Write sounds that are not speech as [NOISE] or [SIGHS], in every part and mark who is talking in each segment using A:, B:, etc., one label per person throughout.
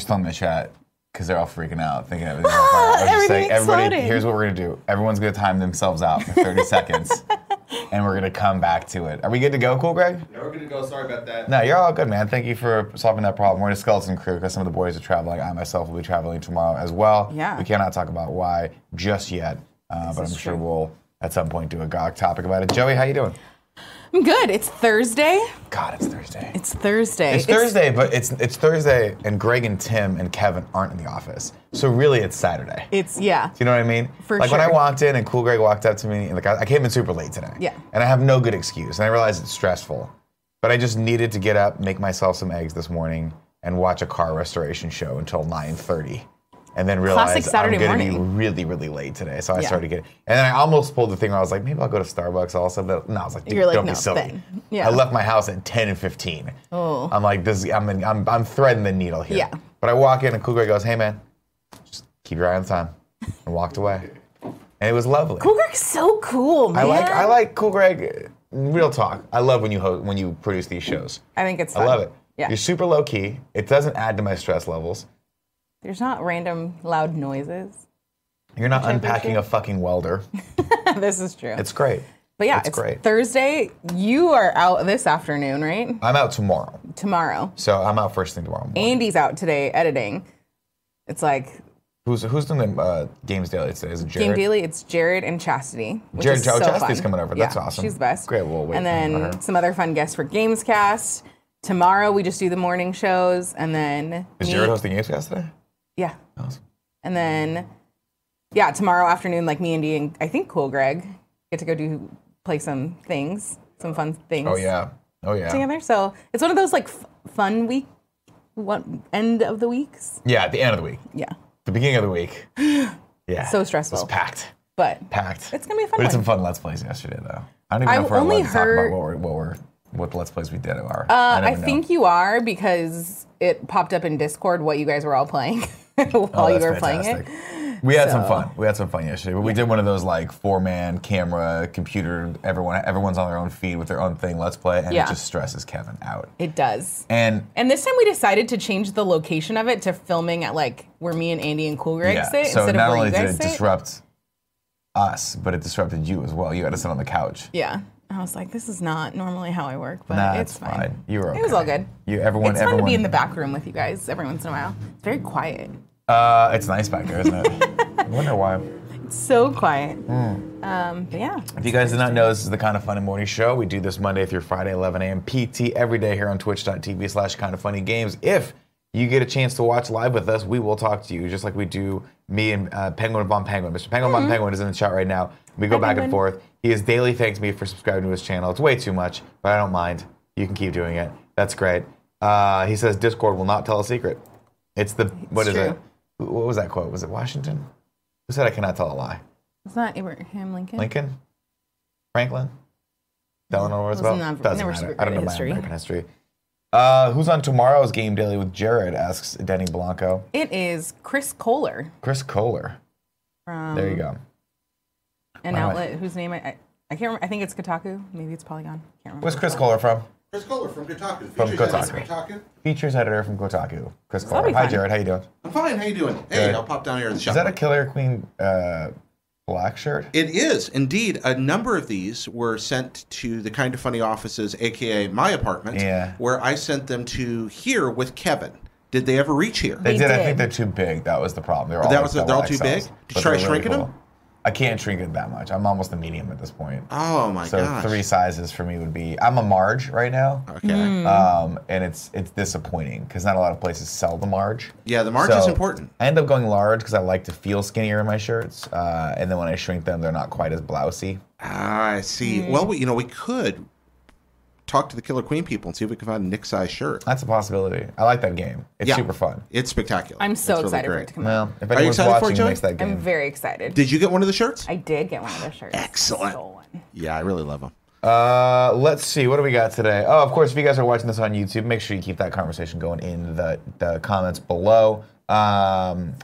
A: flung my chat because they're all freaking out thinking everything's
B: [LAUGHS]
A: on fire. I was just like,
B: everything
A: everybody,
B: exploding.
A: here's what we're gonna do. Everyone's gonna time themselves out for
B: [LAUGHS]
A: 30 seconds, and we're gonna come back to it. Are we good to go, Cool Greg?
C: Now we're gonna go. Sorry about that.
A: No, you're all good, man. Thank you for solving that problem. We're in a skeleton crew because some of the boys are traveling. I myself will be traveling tomorrow as well.
B: Yeah.
A: We cannot talk about why just yet, uh, but I'm
B: is
A: sure
B: true.
A: we'll at some point do a GOG topic about it. Joey, how you doing?
B: I'm good. It's Thursday.
A: God, it's Thursday.
B: It's Thursday.
A: It's, Thursday, but it's it's Thursday, and Greg and Tim and Kevin aren't in the office, so really it's Saturday.
B: It's yeah.
A: Do you know what I mean?
B: For
A: like when I
B: sure.
A: walked in and Cool Greg walked up to me, and like I, I came in super late today.
B: Yeah.
A: And I have no good excuse, and I realize it's stressful, but I just needed to get up, make myself some eggs this morning, and watch a car restoration show until nine thirty, and then realize
B: Saturday
A: I'm going to be
B: morning.
A: really really late today. So I
B: Yeah.
A: started getting, and then I almost pulled the thing where I was like, maybe I'll go to Starbucks also, but no, I was like, dude,
B: You're like,
A: don't
B: no,
A: be silly.
B: then. Yeah.
A: I left my house at ten and fifteen.
B: Oh.
A: I'm like this. I'm in, I'm I'm threading the needle here.
B: Yeah.
A: But I walk in and Cool Greg goes, hey man keep your eye on time, and walked
B: [LAUGHS]
A: away. And it was lovely.
B: Cool Greg's so cool, man.
A: I like I like Cool Greg. Real talk. I love when you ho- when you produce these shows.
B: I think it's.
A: I
B: fun.
A: love it.
B: Yeah.
A: You're super low key. It doesn't add to my stress levels.
B: There's not random loud noises. [LAUGHS]
A: You're not unpacking a fucking welder.
B: this is true.
A: It's great.
B: but yeah,
A: it's
B: it's,
A: great.
B: Thursday. You are out this afternoon, right?
A: I'm out tomorrow,
B: Tomorrow.
A: so I'm out first thing tomorrow. Morning.
B: Andy's out today editing. It's like
A: Who's who's doing the uh, games daily today? Is it Jared?
B: Game Daily, it's Jared and Chastity. Which
A: Jared
B: is
A: Jo-
B: so
A: Chastity's
B: fun.
A: coming over. That's
B: Yeah,
A: awesome.
B: She's the best.
A: Great, we'll wait
B: And
A: for her.
B: then some other fun guests for Gamescast. Tomorrow we just do the morning shows, and then
A: Is
B: me-
A: Jared hosting Gamescast today?
B: yeah,
A: Awesome.
B: and then yeah, tomorrow afternoon, like me, Andy, and I think Cool Greg get to go do play some things, some fun things.
A: Oh yeah. Oh yeah.
B: together. So it's one of those like f- fun week, what end of the weeks?
A: Yeah. At the end of the week.
B: Yeah,
A: The beginning of the
B: [GASPS]
A: week. Yeah.
B: So
A: It
B: stressful.
A: was packed.
B: but
A: packed.
B: It's gonna be a fun
A: We did
B: one.
A: some fun Let's Plays yesterday, though. I don't even
B: I
A: know if we're
B: only
A: allowed to talk about
B: heard-
A: what we're, what we're what Let's Plays we did are.
B: Uh, I
A: never know.
B: think you are because it popped up in Discord what you guys were all playing [LAUGHS] while
A: Oh,
B: you
A: that's
B: were playing it.
A: fantastic. We had some
B: So-
A: fun. We had some fun yesterday, but we did one of those like four-man camera, computer. Everyone, everyone's on their own feed with their own thing. Let's play, and
B: Yeah.
A: it just stresses Kevin out.
B: It does.
A: And
B: And this time we decided to change the location of it to filming at like where me and Andy and Cool Greg
A: yeah,
B: sit
A: so
B: instead
A: not
B: of where
A: only
B: you
A: did
B: guys
A: it
B: sit.
A: disrupt us, but it disrupted you as well. You had to sit on the couch.
B: yeah. I was like, this is not normally how I work, but
A: Nah,
B: it's
A: it's fine.
B: fine.
A: You were okay.
B: It was all good.
A: You, everyone,
B: it's fun
A: everyone.
B: to be in the back room with you guys every once in a while. It's very quiet.
A: Uh, it's nice back there, isn't
B: [LAUGHS]
A: it? I wonder why.
B: It's so quiet.
A: Hmm.
B: Um, but yeah.
A: If you guys did not know, this is the Kind of Funny Morning Show. We do this Monday through Friday, 11 a.m. PT, every day here on twitch.tv slash kind of funny games. If you get a chance to watch live with us, we will talk to you, just like we do me and uh, Penguin Von Penguin. Mr. Penguin Von Penguin is in the chat right now. We go back and forth. He has daily thanked me for subscribing to his channel. It's way too much, but I don't mind. You can keep doing it. That's great. Uh, he says Discord will not tell a secret. It's the, what is
B: true.
A: it? What was that quote? Was it Washington? Who said I cannot tell a lie?
B: It's not Abraham Lincoln.
A: Lincoln, Franklin, Delano Roosevelt.
B: not-
A: Doesn't
B: never
A: matter.
B: super
A: I don't
B: good
A: know
B: at
A: my
B: history.
A: American history. Uh, who's on tomorrow's game daily with Jared? Asks Denny Blanco.
B: It is Chris Kohler
A: Chris Kohler.
B: from
A: There you go.
B: an
A: Wow.
B: outlet whose name I, I I can't remember. I think it's Kotaku. Maybe it's Polygon. Can't remember.
A: Where's Chris Kohler from?
C: Chris Kohler from Kotaku.
A: From
C: Features editor
A: Kotaku.
C: at Kotaku.
A: Features editor from Kotaku. Chris
B: that'll
A: Kohler.
B: be
A: Hi
B: fun.
A: Jared. How you doing?
C: I'm fine. How you doing? Hey,
A: Good.
C: I'll pop down here to the shop.
A: Is that a Killer Queen uh, black shirt?
C: it is indeed. A number of these were sent to the kind of funny offices, aka my apartment,
A: Yeah.
C: where I sent them to here with Kevin. Did they ever reach here?
A: They,
B: They
A: did. I
B: did.
A: think they're too big. That was the problem. They were all
C: That
A: like
C: was- they're all too
A: XLs,
C: big? Did
A: but
C: you try
A: they're really
C: shrinking 'em?
A: cool. I can't shrink it that much. I'm almost a medium at this point.
C: oh my
A: so
C: gosh.
A: three sizes for me would be. I'm a Marge right now.
C: Okay.
B: Hmm.
A: Um, and it's it's disappointing because not a lot of places sell the Marge.
C: Yeah, the Marge is important.
A: I end up going large because I like to feel skinnier in my shirts, uh, and then when I shrink them, they're not quite as blousy.
C: Ah, I see.
B: Hmm.
C: Well, we, you know, we could talk to the Killer Queen people and see if we can find a Nick size shirt.
A: That's a possibility. I like that game. It's
C: Yeah.
A: super fun.
C: It's spectacular.
B: I'm so
C: It's really
B: excited for
C: great.
B: it to come out.
A: Well, if anyone's
C: excited for it,
A: watching,
C: Joey?
A: makes that
B: I'm
A: game.
B: very excited.
C: Did you get one of the shirts?
B: I did get one of those shirts.
C: Excellent.
B: Stole one.
C: Yeah, I really love them.
A: Uh, let's see. What do we got today? Oh, of course, if you guys are watching this on YouTube, make sure you keep that conversation going in the, the comments below. Um,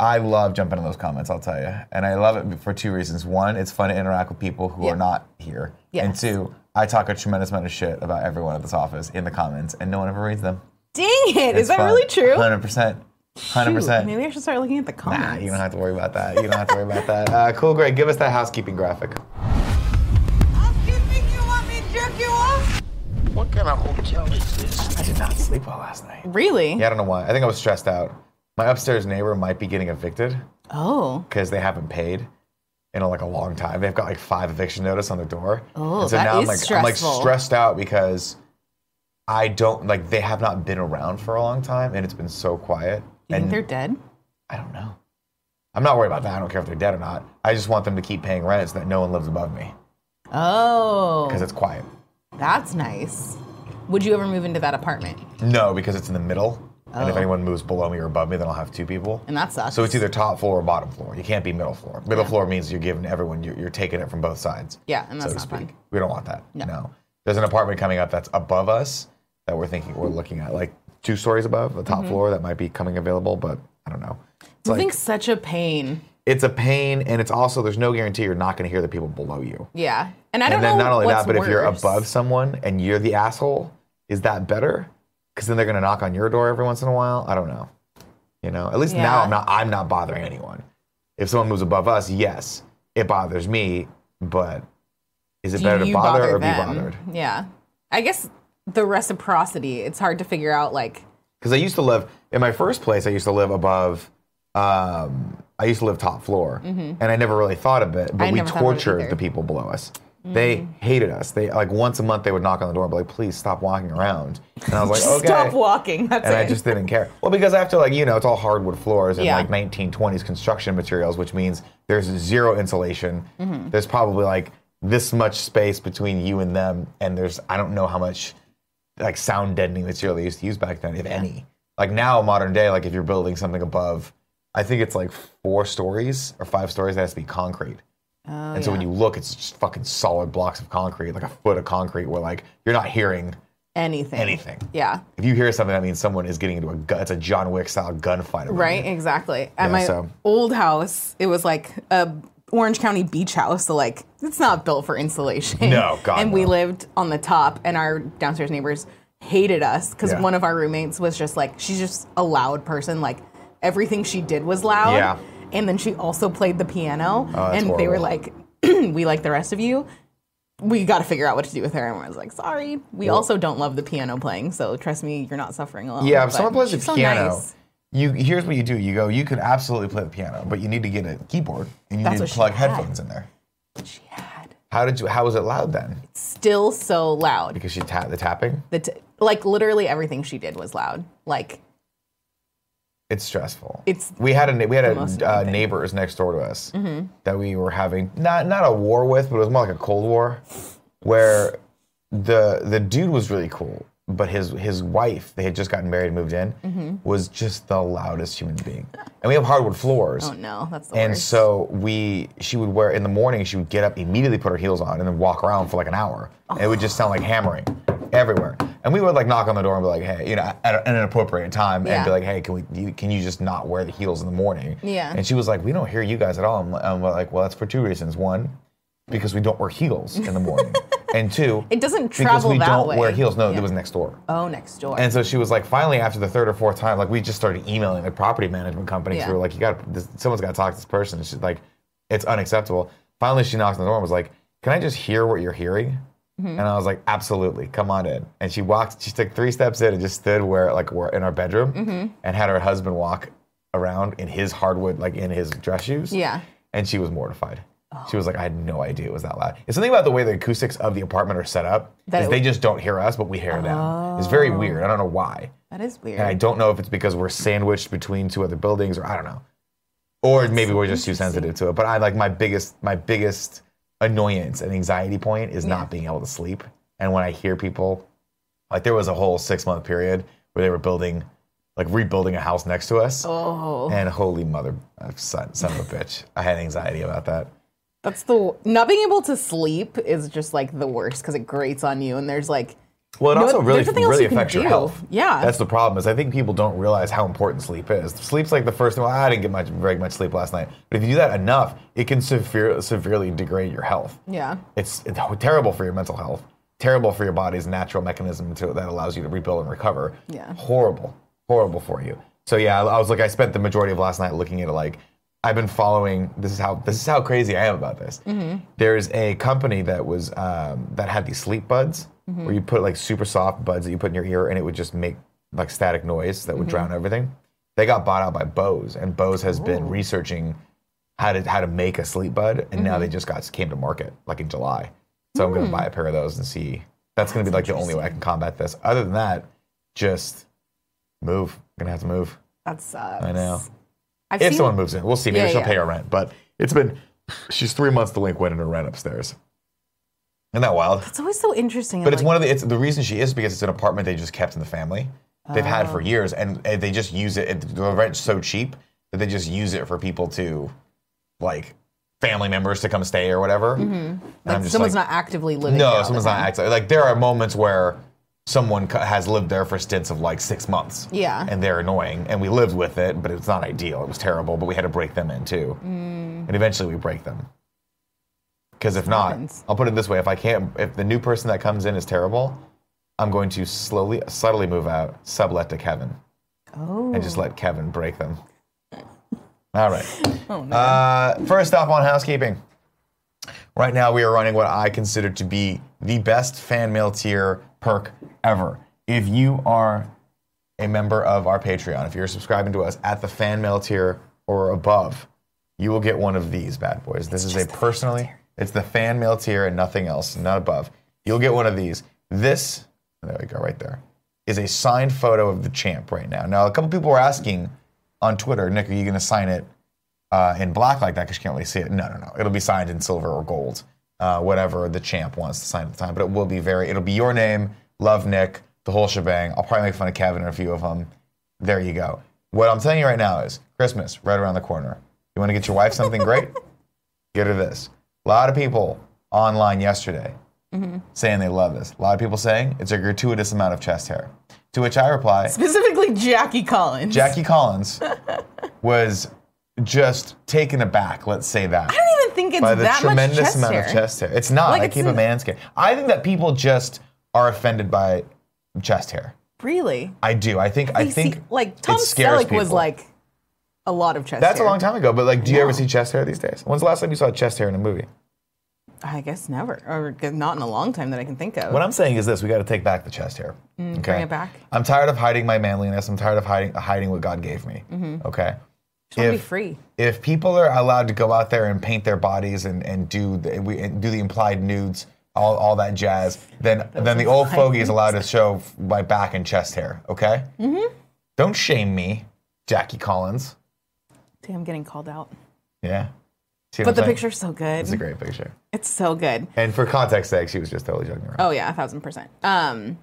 A: I love jumping in those comments, I'll tell you. And I love it for two reasons. One, it's fun to interact with people who
B: Yeah.
A: are not here. And
B: Yes.
A: two, I talk a tremendous amount of shit about everyone at this office in the comments, and no one ever reads them.
B: Dang it! Is
A: It's
B: that
A: fun.
B: really true?
A: 100%. 100%.
B: Shoot, Maybe I should start looking at the comments.
A: Nah, you don't have to worry about that. You don't have to worry about that. Uh, cool, Greg, give us that housekeeping graphic.
D: Housekeeping, you want me to jerk you off?
E: What kind of hotel is this?
A: I did not sleep well last night.
B: Really?
A: Yeah, I don't know why. I think I was stressed out. My upstairs neighbor might be getting evicted
B: Oh.
A: because they haven't paid in like a long time. They've got like five eviction notice on their door.
B: Oh,
A: and so
B: that
A: now I'm
B: is
A: like I'm like
B: stressful.
A: stressed out because I don't like they have not been around for a long time and it's been so quiet.
B: You
A: and
B: think they're dead?
A: I don't know. I'm not worried about that. I don't care if they're dead or not. I just want them to keep paying rent so that no one lives above me because
B: Oh.
A: it's quiet.
B: That's nice. Would you ever move into that apartment?
A: No, because it's in the middle. And if
B: Oh.
A: anyone moves below me or above me, then I'll have two people.
B: And that sucks.
A: So it's either top floor or bottom floor. You can't be middle floor. Middle floor means you're giving everyone, you're, you're taking it from both sides.
B: Yeah, and that's
A: so to
B: not
A: speak.
B: fun.
A: We don't want that. No. There's an apartment coming up that's above us that we're thinking, we're looking at, like two stories above the
B: Mm-hmm.
A: top floor that might be coming available, but I don't know. It's like,
B: Moving's such a pain.
A: it's a pain, and it's also, there's no guarantee you're not going to hear the people below you.
B: Yeah. And I don't
A: And then
B: know
A: not only
B: what's
A: that, but if you're
B: worse.
A: above someone and you're the asshole, is that better? Because then they're gonna knock on your door every once in a while. I don't know. You know, at least now
B: Yeah.
A: I'm not I'm not bothering anyone. If someone moves above us, yes, it bothers me, but is it
B: Do
A: better to
B: you
A: bother, or
B: them?
A: be bothered?
B: Yeah. I guess the reciprocity, it's hard to figure out like
A: Because I used to live in my first place. I used to live above. Um, I used to live top floor, and I never really thought of it. But
B: Mm-hmm. I
A: we
B: never thought of it
A: tortured
B: either. Mm.
A: the people below us. They hated us. They like once a month they would knock on the door and be like, "Please stop walking around." And I was like, "Okay."
B: [LAUGHS] stop walking. That's
A: and
B: it.
A: I just didn't care. Well, because after like you know, it's all hardwood floors and
B: Yeah.
A: like 1920s construction materials, which means there's zero insulation.
B: Mm-hmm.
A: There's probably like this much space between you and them, and there's I don't know how much like sound deadening material they used to use back then, if any. Like now, modern day, like if you're building something above, I think it's like four stories or five stories that has to be concrete.
B: Oh,
A: and so when you look, it's just fucking solid blocks of concrete, like a foot of concrete, where like you're not hearing
B: anything.
A: anything.
B: Yeah.
A: If you hear something, that means someone is getting into a gun. It's a John Wick style gunfight. around
B: Right,
A: you.
B: exactly. At
A: Yeah,
B: my
A: so-
B: old house, it was like a Orange County beach house, so like it's not built for insulation.
A: No, God,
B: [LAUGHS] And we
A: no.
B: lived on the top, and our downstairs neighbors hated us because
A: Yeah.
B: one of our roommates was just like she's just a loud person. Like everything she did was loud.
A: Yeah. Oh,
B: And then she also played the piano,
A: that's
B: and they were
A: horrible.
B: like, "We like [CLEARS THROAT] the rest of you." We got to figure out what to do with her, and I was like, "Sorry, we also don't love the piano playing, so trust me, you're not suffering alone."
A: Yeah, if
B: But
A: someone plays the
B: she's so
A: piano,
B: nice.
A: you here's what you do. You go. You can absolutely play the piano, but you need to get a keyboard and you
B: That's
A: need
B: what
A: to
B: she
A: plug
B: had.
A: headphones in there.
B: she had.
A: How did you? How was it loud then?
B: still so loud.
A: Because she tap the tapping.
B: The t- like literally everything she did was loud. Like
A: It's stressful.
B: It's
A: we had a na- we had
B: most Mm-hmm.
A: a uh, neighbors next door to us that we were having not not a war with, but it was more like a cold war, where the the dude was really cool, but his his wife they had just gotten married and moved in
B: Mm-hmm.
A: was just the loudest human being, and we have hardwood floors.
B: oh no, that's the
A: And
B: worst.
A: so we, she would wear in the morning. She would get up immediately, put her heels on, and then walk around for like an hour. And it would just sound like hammering everywhere. And we would like knock on the door and be like, "Hey, you know," at, a- at an appropriate time, and
B: Yeah.
A: be like, "Hey, can we? You, can you just not wear the heels in the morning?"
B: Yeah.
A: And she was like, "We don't hear you guys at all." I'm, I'm like, "Well, that's for two reasons. One, because we don't wear heels in the
B: [LAUGHS]
A: morning, and two,
B: It doesn't
A: because
B: travel
A: we
B: that
A: don't
B: way.
A: wear heels. No,
B: Yeah.
A: it was next door."
B: oh next door.
A: And so she was like, finally, after the third or fourth time, like we just started emailing the property management company. 'cause
B: Yeah.
A: We were like, you got this, someone's got to talk to this person. And she's like, it's unacceptable. Finally, she knocks on the door and was like, "Can I just hear what you're hearing?"
B: Mm-hmm.
A: And I was like, "Absolutely, come on in." And she walked. She took three steps in and just stood where, like, we're in our bedroom,
B: Mm-hmm.
A: and had her husband walk around in his hardwood, like in his dress shoes.
B: Yeah.
A: And she was mortified. She
B: Oh.
A: was like, "I had no idea it was that loud." It's something about the way the acoustics of the apartment are set up.
B: That
A: is
B: it Oh.
A: they just don't hear us, but we hear them. It's very weird. I don't know why.
B: that is weird.
A: And I don't know if it's because we're sandwiched between two other buildings or I don't know. Or maybe we're just too sensitive to it. But I like my biggest my biggest annoyance and anxiety point is not being able to sleep. And when I hear people like there was a whole six month period where they were building like rebuilding a house next to us.
B: oh,
A: And holy mother of son son of a bitch. I had anxiety about that.
B: that's the not being able to sleep is just like the worst because it grates on you, and there's like
A: Well, it
B: No,
A: also
B: there's
A: really
B: nothing else
A: really
B: you can
A: affects your
B: do.
A: health.
B: Yeah.
A: that's the problem. Is I think people don't realize how important sleep is. Sleep's like the first thing. Well, I didn't get much very much sleep last night, but if you do that enough, it can severe, severely degrade your health.
B: yeah.
A: It's, it's terrible for your mental health. terrible for your body's natural mechanism to, that allows you to rebuild and recover.
B: Yeah.
A: Horrible, horrible for you. So yeah, I I was like, I spent the majority of last night looking at it like, I've been following. This is how this is how crazy I am about this. There's a company that was um, that had these sleep buds where you put like super soft buds that you put in your ear and it would just make like static noise that would drown everything. They got bought out by Bose, and Bose has been researching how to how to make a sleep bud, and now they just got came to market like in July. So I'm gonna buy a pair of those and see. That's gonna be like the only way I can combat this. Other than that, just move. I'm gonna have to move.
B: That sucks.
A: I know.
B: I've
A: If
B: seen,
A: someone moves in, we'll see. Maybe
B: Yeah,
A: she'll
B: yeah.
A: pay her rent. But it's been she's three months delinquent in her rent upstairs. Isn't that wild?
B: It's always so interesting.
A: But it's
B: like,
A: one of the it's the reason she is because it's an apartment they just kept in the family. They've had
B: Oh.
A: for years, and and they just use it. it- The rent's so cheap that they just use it for people to, like, family members to come stay or whatever. And
B: Mm-hmm. like,
A: I'm just
B: someone's
A: like,
B: not actively living. there all
A: no,
B: the
A: someone's not
B: time.
A: acting like there are moments where someone co- has lived there for stints of like six months.
B: Yeah.
A: [LAUGHS] and they're annoying, and we lived with it, but it's not ideal. It was terrible, but we had to break them in too,
B: Mm.
A: and eventually we break them. Because if not,
B: Happens.
A: I'll put it this way: if I can't, if the new person that comes in is terrible, I'm going to slowly, subtly move out, sublet to Kevin,
B: Oh.
A: and just let Kevin break them. All right. Uh, first off, on housekeeping. Right now, we are running what I consider to be the best fan mail tier perk ever. If you are a member of our Patreon, if you're subscribing to us at the fan mail tier or above, you will get one of these bad boys. This is a personally, it's the fan mail tier and nothing else, not above. You'll get one of these. This, there we go, right there, is a signed photo of the champ right now. Now, a couple people were asking on Twitter, Nick, are you going to sign it uh, in black like that because you can't really see it. No, no, no. It'll be signed in silver or gold, uh, whatever the champ wants to sign at the time. But it will be very. It'll be your name, love Nick, the whole shebang. I'll probably make fun of Kevin or a few of them. There you go. What I'm telling you right now is Christmas right around the corner. You want to get your wife something great? Get her this. A lot of people online yesterday saying they love this. A lot of people saying it's a gratuitous amount of chest hair. To which I reply,
B: Specifically, Jackie Collins.
A: Jackie Collins was just taken aback. Let's say that
B: I don't even think it's
A: by the
B: that
A: tremendous
B: much chest
A: amount
B: hair.
A: of chest hair. It's not.
B: Like,
A: I
B: it's
A: keep a
B: an-
A: man's skin. I think that people just are offended by chest hair.
B: Really?
A: I do. I think. I
B: They see-
A: think.
B: like Tom
A: it scares
B: Selleck was
A: people.
B: like a lot of chest.
A: That's
B: hair.
A: a long time ago. But like, do you ever see chest hair these days? When's the last time you saw chest hair in a movie?
B: I guess never, or not in a long time that I can think of.
A: What I'm saying is this: we got to take back the chest hair. okay.
B: Mm, bring it back.
A: I'm tired of hiding my manliness. I'm tired of hiding hiding what God gave me.
B: Mm-hmm.
A: Okay.
B: Just wanna be
A: if-
B: free.
A: if people are allowed to go out there and paint their bodies and, and do the, we, and do the implied nudes, all, all that jazz, then then the old fogey is allowed to show my back and chest hair. Okay. Mm-hmm. Don't shame me, Jackie Collins.
B: Damn, I'm getting called out.
A: Yeah. See what
B: But the
A: I'm saying?
B: picture's so good.
A: It's a great picture.
B: It's so good.
A: And for context sake, she was just totally joking around.
B: Oh yeah, a thousand percent. Um,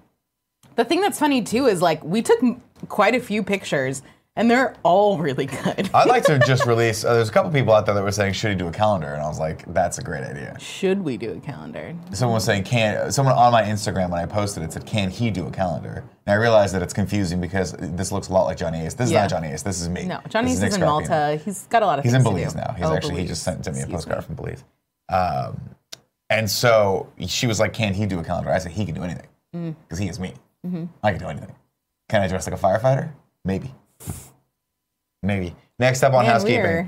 B: the thing that's funny too is like we took m- quite a few pictures, and they're all really good.
A: I'd like to just [LAUGHS] release. Uh, there's a couple people out there that were saying, "Should he do a calendar?" And I was like, "That's a great idea."
B: Should we do a calendar?
A: Someone was saying, "Can someone on my Instagram when I posted it said, can he do a calendar?" And I realized that it's confusing because this looks a lot like Johnny Ace. This is
B: Yeah.
A: not Johnny Ace. This is me.
B: No, Johnny's
A: This
B: is
A: Nick
B: in
A: Scarpino.
B: Malta. He's got a lot of.
A: He's in
B: things to
A: Belize
B: do.
A: now. He's
B: Oh,
A: actually he
B: Belize.
A: just sent, sent me a
B: Excuse
A: postcard from Belize. Um, and so she was like, "Can he do a calendar?" I said, "He can do anything
B: Mm.
A: because he is me.
B: Mm-hmm.
A: I can do anything. Can I dress like a firefighter? Maybe. Maybe. Next up on
B: Man, we
A: housekeeping."
B: are-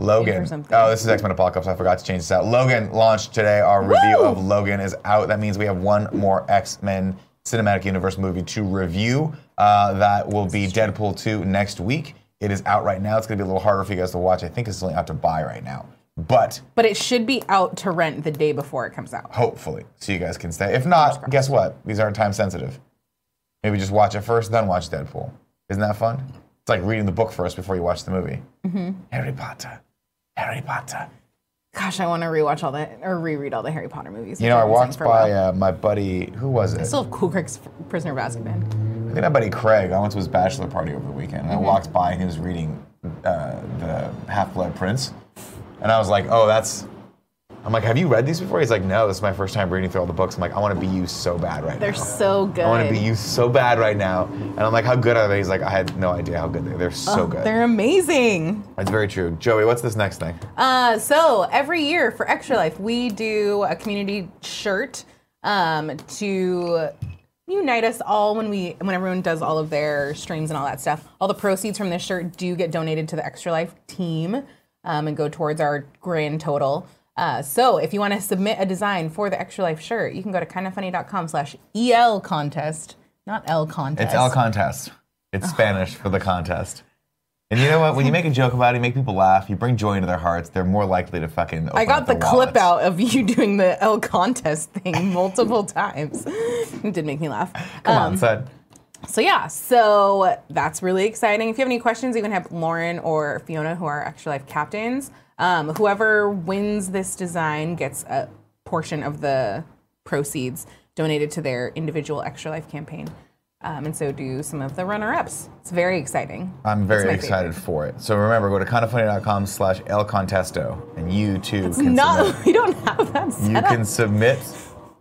A: Logan.
B: for something.
A: Oh, this is X Men Apocalypse. I forgot to change this out. Logan launched today. Our review of Logan is out. That means we have one more X Men Cinematic Universe movie to review. Uh, that will be Deadpool 2 next week. It is out right now. It's going to be a little harder for you guys to watch. I think it's only out to buy right now. But
B: But it should be out to rent the day before it comes out.
A: hopefully, so you guys can stay. If not, guess what? These aren't time sensitive. Maybe just watch it first, then watch Deadpool. Isn't that fun? It's like reading the book first before you watch the movie.
B: Mm-hmm.
A: Harry Potter. Harry Potter.
B: Gosh, I want to rewatch all that or reread all the Harry Potter movies.
A: You know, I walked by uh, my buddy, who was it?
B: Still have Cool Crick's Prisoner of Azkaban.
A: I think my buddy Craig. I went to his bachelor party over the weekend,
B: Mm-hmm.
A: and I walked by and he was reading uh, the Half Blood Prince, and I was like, "Oh, that's." I'm like, "Have you read these before?" He's like, "No, this is my first time reading through all the books." I'm like, "I want to be you so bad right
B: They're
A: now.
B: so good.
A: I want to be you so bad right now." And I'm like, "How good are they?" He's like, "I had no idea how good they. They're so good."
B: They're amazing.
A: That's very true. Joey, what's this next thing?
B: Uh, so every year for Extra Life, we do a community shirt. um, to unite us all when we when everyone does all of their streams and all that stuff. All the proceeds from this shirt do get donated to the Extra Life team um, and go towards our grand total. Uh, so if you want to submit a design for the Extra Life shirt, you can go to kindoffunny.com slash EL contest, not L contest.
A: It's El Contest.
B: Oh,
A: It's Spanish for the contest. And you know what? When
B: [LAUGHS]
A: you make a joke about it, you make people laugh, you bring joy into their hearts, they're more likely to fucking open
B: I
A: up
B: got the
A: their
B: clip
A: wallets.
B: out of you [LAUGHS] doing the L contest thing multiple [LAUGHS] times. It did make me laugh.
A: Come
B: Um,
A: on, son.
B: So yeah, so that's really exciting. If you have any questions, you can have Lauren or Fiona, who are Extra Life captains. Um, whoever wins this design gets a portion of the proceeds donated to their individual Extra Life campaign, um, and so do some of the runner-ups. It's very exciting.
A: I'm very
B: my
A: excited for it. So remember, go to kindoffunny.com slash El Contesto, and you too can
B: No, [LAUGHS]
A: submit.
B: we don't have that set [LAUGHS]
A: You
B: up.
A: can submit.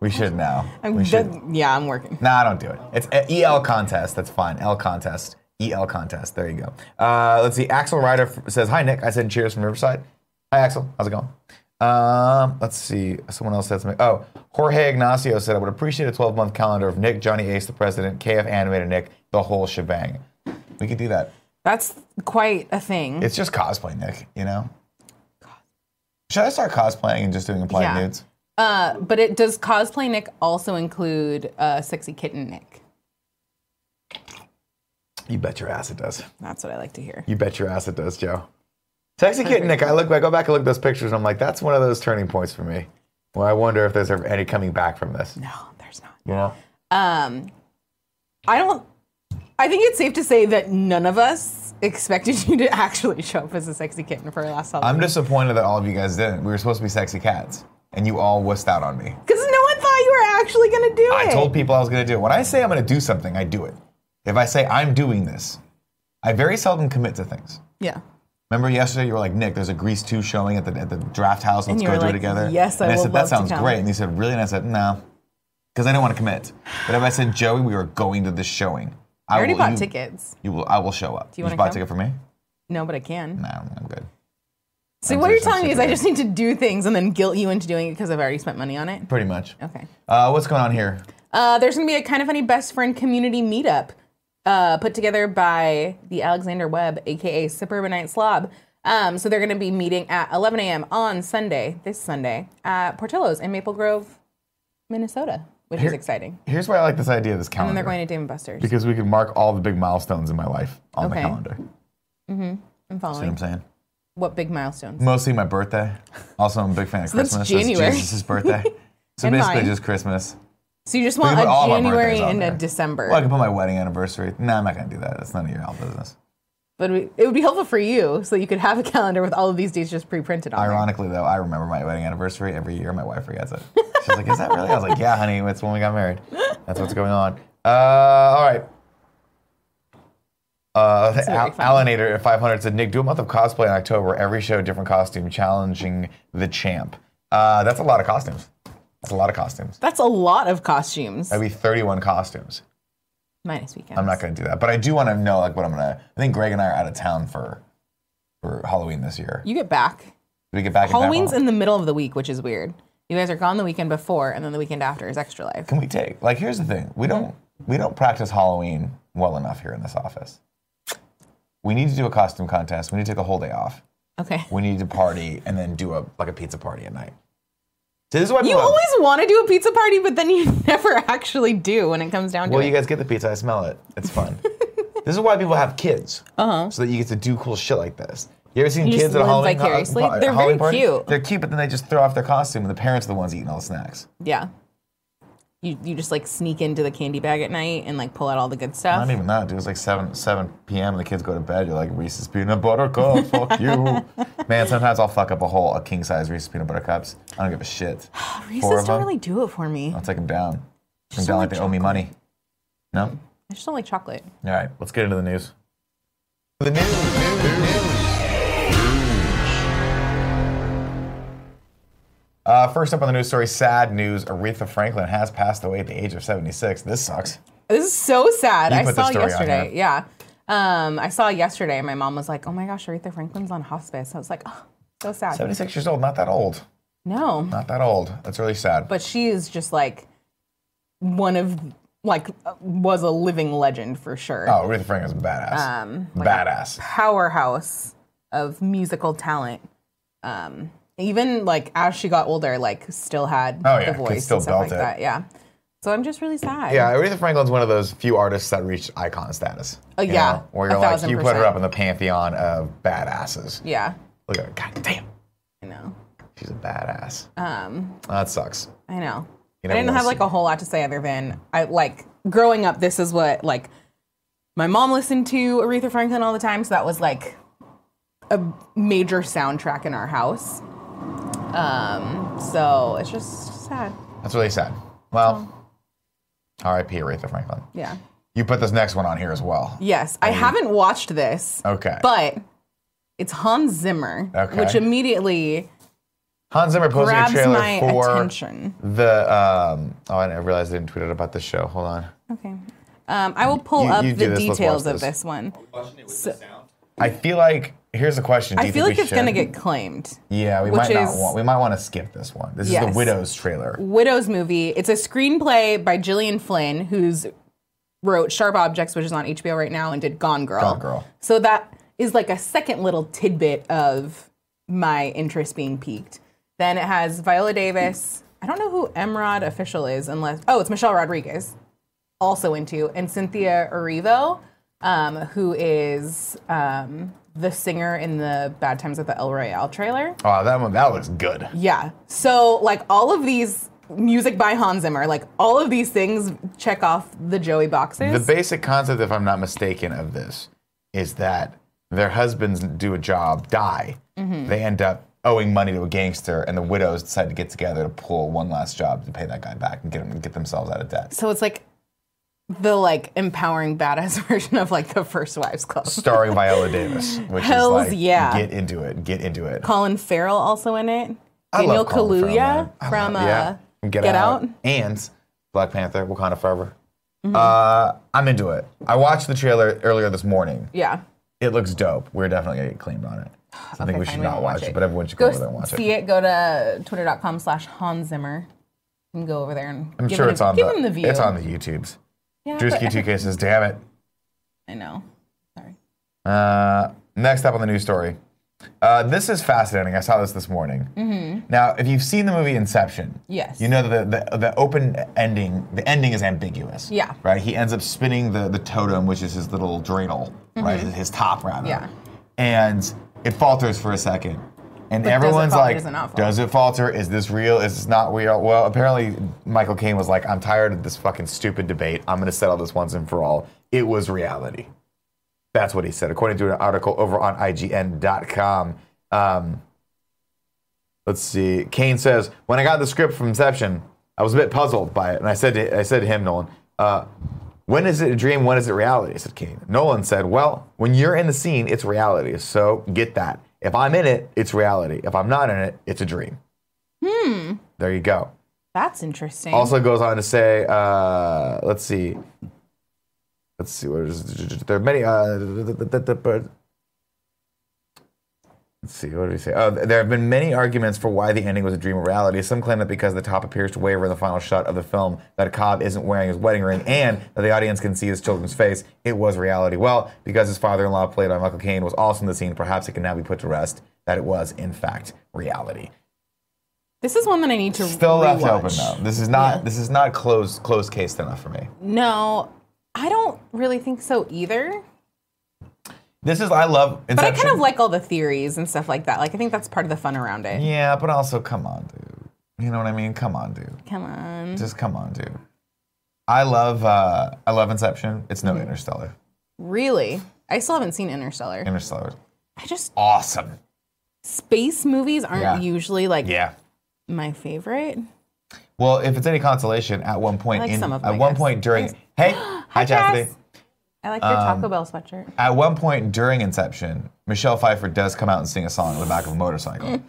A: We should now. we should.
B: That- yeah, I'm working.
A: Nah, don't do it. It's a- EL contest. That's fine. L contest. EL contest. There you go. Uh, let's see. Axel Ryder f- says, Hi, Nick. I said cheers from Riverside. Hi, Axel. How's it going? Um, let's see. Someone else said something. Oh, Jorge Ignacio said, I would appreciate a 12 month calendar of Nick, Johnny Ace, the president, KF Animated Nick, the whole shebang. We could do that.
B: That's quite a thing.
A: It's just cosplay, Nick, you know? Should I start cosplaying and just doing implied
B: Yeah.
A: nudes?
B: Uh, but it does cosplay Nick also include uh, sexy kitten Nick?
A: You bet your ass it does.
B: That's what I like to hear.
A: You bet your ass it does, Joe. Sexy kitten, Nick. I look, I go back and look at those pictures, and I'm like, that's one of those turning points for me, where I wonder if there's ever any coming back from this.
B: No, there's not.
A: You know,
B: Um, I don't. I think it's safe to say that none of us expected [LAUGHS] you to actually show up as a sexy kitten for our last
A: I'm
B: Halloween.
A: disappointed that all of you guys didn't. We were supposed to be sexy cats, and you all wussed out on me.
B: Because no one thought you were actually going to do
A: I
B: it.
A: told people I was going to do it. When I say I'm going to do something, I do it. If I say I'm doing this, I very seldom commit to things.
B: Yeah.
A: Remember yesterday you were like, Nick, there's a Grease 2 showing at the, at the draft house. Let's
B: you
A: go
B: were
A: do it
B: like,
A: together.
B: "Yes, I
A: And I
B: would
A: said, that
B: love to
A: sounds
B: come."
A: great. And you said, really? And I said, no, because I don't want to commit. But if I said, Joey, we are going to this showing. I,
B: I already
A: will-
B: bought
A: you-
B: tickets.
A: You will, I will show up.
B: you
A: you
B: wanna
A: bought a
B: come?
A: ticket for me?
B: No, but I can.
A: No, I'm good.
B: So
A: I'm
B: what you're
A: just- I'm
B: telling me is
A: super
B: I just need to do things and then guilt you into doing it because I've already spent money on it.
A: Pretty much.
B: Okay.
A: Uh, what's going on here?
B: Uh, there's going to be a kind of funny best friend community meetup uh, put together by the Alexander Webb, aka Suburbanite Slob. Um, so they're going to be meeting at 11 a.m. on Sunday, this Sunday, at Portillo's in Maple Grove, Minnesota, which is exciting.
A: Here's why I like this idea of this calendar.
B: And they're going to Dave and Buster's.
A: because we can mark all the big milestones in my life on
B: Okay.
A: the calendar. See
B: I'm
A: what
B: following.
A: I'm saying?
B: What big milestones?
A: Mostly my birthday. Also, I'm a big fan of
B: that's
A: Christmas.
B: January.
A: That's Jesus'
B: [LAUGHS]
A: birthday. So
B: And
A: basically,
B: mine.
A: just Christmas.
B: So you just
A: can
B: want a
A: put all of our
B: January
A: birthdays on
B: and
A: there.
B: a December.
A: Well, I can put my wedding anniversary. No, I'm not going to do that. That's none of your health business.
B: but we, it would be helpful for you so you could have a calendar with all of these dates just pre printed on there.
A: Ironically, though, I remember my wedding anniversary every year. My wife forgets it. She's like, "Is that really?" I was like, "Yeah, honey. It's when we got married. That's what's going on." Uh, all right. Uh, Al-
B: very fun.
A: Alanator at 500 said, "Nick, do a month of cosplay in October. Every show, different costume, challenging the champ." Uh, that's a lot of costumes. That's a lot of costumes.
B: That's a lot of costumes.
A: That'd be 31 costumes.
B: Minus weekends.
A: I'm not going to do that, but I do want to know like what I'm going to. I think Greg and I are out of town for for Halloween this year.
B: You get back.
A: we get back. in time for
B: Halloween's in the middle of the week, which is weird. You guys are gone the weekend before, and then the weekend after is extra life.
A: can we take? Like, here's the thing: we don't we don't practice Halloween well enough here in this office. We need to do a costume contest. We need to take a whole day off.
B: Okay.
A: We need to party and then do a like a pizza party at night. So this is why
B: You
A: people-
B: always want to do a pizza party, but then you [LAUGHS] never actually do when it comes down to
A: well,
B: it.
A: you guys get the pizza. I smell it. It's
B: [LAUGHS]
A: fun. this is why people have kids, uh-huh. so that you get to do cool shit like this. You ever seen
B: You just
A: kids at a
B: live
A: Halloween?
B: vicariously?
A: Halloween
B: They're very
A: party?
B: cute.
A: They're cute, but then they just throw off their costume, and the parents are the ones eating all the snacks.
B: yeah. You, you just like sneak into the candy bag at night and like pull out all the good stuff.
A: Not even that, dude. It's like seven seven p.m. and the kids go to bed. You're like Reese's peanut butter cup. fuck [LAUGHS] you, man. Sometimes I'll fuck up a whole a king size Reese's peanut butter cups. I don't give a shit. four
B: Reese's
A: of
B: don't
A: them?
B: really do it for me.
A: I'll take them down. Take them
B: don't
A: down like
B: like
A: they owe me money. No.
B: I just don't like chocolate.
A: All right, let's get into the news. The news. news, Uh, first up on the news story, sad news. Aretha Franklin has passed away at the age of 76. This sucks.
B: This is so sad.
A: You
B: I
A: put the
B: saw
A: story on
B: yesterday. Yeah. Um, I saw yesterday. My mom was like, "Oh my gosh, Aretha Franklin's on hospice." I was like, "Oh, so sad."
A: 76 years old, not that old.
B: No.
A: Not that old. That's really sad.
B: but she is just like one of like uh, was a living legend for sure.
A: Oh, Aretha Franklin is badass.
B: Um,
A: badass.
B: powerhouse of musical talent. Um, even like as she got older, like still had
A: Oh, yeah,
B: the
A: could
B: voice
A: still
B: and stuff
A: belt
B: like
A: it.
B: that. Yeah. So I'm just really sad.
A: Yeah, Aretha Franklin's one of those few artists that reached icon status.
B: Uh,
A: you
B: yeah,
A: know, where
B: a
A: you're like,
B: thousand
A: you put her
B: percent.
A: up in the pantheon of badasses.
B: Yeah.
A: Look at her. God damn.
B: I know.
A: She's a badass.
B: Um,
A: that sucks.
B: I know.
A: You
B: I
A: never
B: didn't
A: wanna
B: have like
A: see
B: a whole lot to say other than I like growing up. This is what like my mom listened to Aretha Franklin all the time, so that was like a major soundtrack in our house. Um, so it's just sad.
A: That's really sad. Well, R.I.P. Aretha Franklin.
B: Yeah.
A: You put this next one on here as well.
B: Yes, I haven't watched this,
A: Um, Okay.
B: but it's Hans Zimmer,
A: Okay.
B: which immediately
A: Hans Zimmer posted a
B: grabs
A: trailer
B: my
A: for
B: attention.
A: the. Um, oh, I didn't- I realized I didn't tweet it about the show. Hold on.
B: Okay. Um, I will pull
A: You-
B: up
A: you do
B: the
A: this, let's
B: details
A: watch
B: of
A: this.
B: this one.
A: I feel like here's the question. Do
B: I
A: you
B: feel
A: think
B: like
A: we
B: it's going to
A: should-
B: get claimed.
A: Yeah, we
B: which
A: might not
B: is-
A: want. We might want to skip this one. This is
B: Yes.
A: the Widow's trailer.
B: Widow's movie. It's a screenplay by Gillian Flynn, who's wrote Sharp Objects, which is on HBO right now, and did Gone Girl.
A: Gone Girl.
B: So that is like a second little tidbit of my interest being piqued. Then it has Viola Davis. I don't know who Emrod official is, unless oh, it's Michelle Rodriguez, also into, and Cynthia Erivo, um, who is um, the singer in the Bad Times at the El Royale trailer.
A: Oh, that one. That looks good.
B: Yeah. So like all of these music by Hans Zimmer, like all of these things check off the Joey boxes.
A: The basic concept, if I'm not mistaken, of this is that their husbands do a job, die,
B: Mm-hmm.
A: they end up owing money to a gangster, and the widows decide to get together to pull one last job to pay that guy back and get him get themselves out of debt.
B: so it's like the like empowering badass [LAUGHS] version of like the first wives club.
A: Starring Viola Davis, which
B: Hells
A: is like,
B: yeah.
A: get into it, get into it.
B: Colin Farrell also in it.
A: I
B: Daniel
A: love Colin Farrell,
B: Kaluuya
A: man. I
B: from
A: love-
B: uh,
A: yeah.
B: Get, Out. Mm-hmm.
A: and Black Panther, Wakanda Forever. Uh, I'm into it. I watched the trailer earlier this morning.
B: Yeah.
A: It looks dope. We're definitely gonna get claimed on
B: [GASPS]
A: it. So I think we
B: fine,
A: should
B: we
A: not
B: won't
A: watch
B: watch
A: it.
B: it.
A: but everyone should go,
B: Go
A: over there and watch
B: see
A: it.
B: it. Go to twitter.com slash Hans Zimmer and go over there and
A: I'm
B: give,
A: sure
B: him,
A: it's on
B: give
A: the,
B: him the view.
A: It's on the YouTubes.
B: Yeah, but-
A: Drewski two cases. Damn it.
B: I know. Sorry.
A: Uh, next up on the news story. Uh, this is fascinating. I saw this this morning. Now, if you've seen the movie Inception,
B: Mm-hmm. Yes.
A: you know that the, the, the open ending, the ending is ambiguous.
B: Yeah.
A: Right? He ends up spinning the, the totem, which is his little dreidel, right? His, his top, rather.
B: Mm-hmm. Yeah.
A: And it falters for a second. And
B: does it
A: everyone's
B: falter?
A: like,
B: Does it not falter?
A: does it falter? Is this real? Is this not real? Well, apparently Michael Caine was like, I'm tired of this fucking stupid debate. I'm going to settle this once and for all. It was reality. That's what he said, according to an article over on IGN.com. Um, let's see. Kane says, "When I got the script from Inception, I was a bit puzzled by it, and I said, to, I said to him, Nolan, uh, when is it a dream? When is it reality?" Said Kane. Nolan said, "Well, when you're in the scene, it's reality. So get that. If I'm in it, it's reality. If I'm not in it, it's a dream." Hmm. There you go.
B: That's interesting.
A: Also goes on to say, uh, let's see, let's see, what is there are many. Uh, let's see, what did he say? Oh, there have been many arguments for why the ending was a dream of reality. Some claim that because the top appears to waver in the final shot of the film, that Cobb isn't wearing his wedding ring, and that the audience can see his children's face, it was reality. Well, because his father-in-law, played by Michael Caine, was also in the scene, perhaps it can now be put to rest that it was in fact reality.
B: This is one that I need to
A: Still left
B: rewatch.
A: open though. This is not this is not closed closed case enough for me.
B: No, I don't really think so either.
A: This is I love Inception.
B: But I kind of like all the theories and stuff like that. Like I think that's part of the fun around it.
A: Yeah, but also come on, dude. You know what I mean? Come on, dude.
B: Come on,
A: Just come on, dude. I love uh, I love Inception. It's
B: Mm-hmm.
A: no Interstellar.
B: really? I still haven't seen Interstellar.
A: Interstellar's
B: I just
A: awesome.
B: space movies aren't
A: Yeah.
B: usually like
A: Yeah.
B: my favorite.
A: Well, if it's any consolation, at one point
B: like
A: in,
B: some of
A: at
B: my
A: one
B: guests.
A: point during
B: [GASPS]
A: Hey, hi Chastity.
B: Cass. I like your
A: Um,
B: Taco Bell sweatshirt.
A: At one point during Inception, Michelle Pfeiffer does come out and sing a song on the back of a
B: [LAUGHS]
A: motorcycle.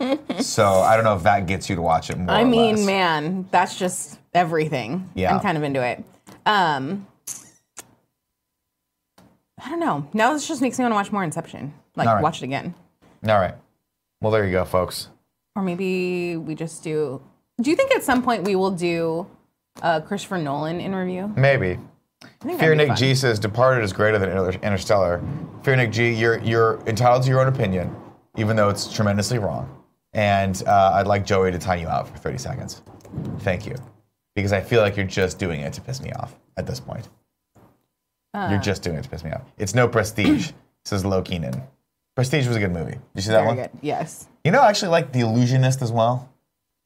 A: so I don't know if that gets you to watch it more.
B: I
A: or
B: mean,
A: less.
B: man, that's just everything.
A: Yeah.
B: I'm kind of into it. Um, I don't know. Now this just makes me want to watch more Inception. Like
A: All right.
B: watch it again.
A: All right. Well, there you go, folks.
B: Or maybe we just do. Do you think at some point we will do uh, Christopher Nolan in review.
A: Maybe.
B: think
A: Fear
B: that'd be
A: Nick
B: fun.
A: G says Departed is greater than Inter- Interstellar. Fear Nick G, you're you're entitled to your own opinion, even though it's tremendously wrong. And uh, I'd like Joey to time you out for 30 seconds. Thank you, because I feel like you're just doing it to piss me off at this point.
B: Uh.
A: you're just doing it to piss me off. It's no prestige. says Low Keenan. Prestige was a good movie. You see that
B: Very
A: one?
B: good. Yes.
A: You know, I actually like The Illusionist as well.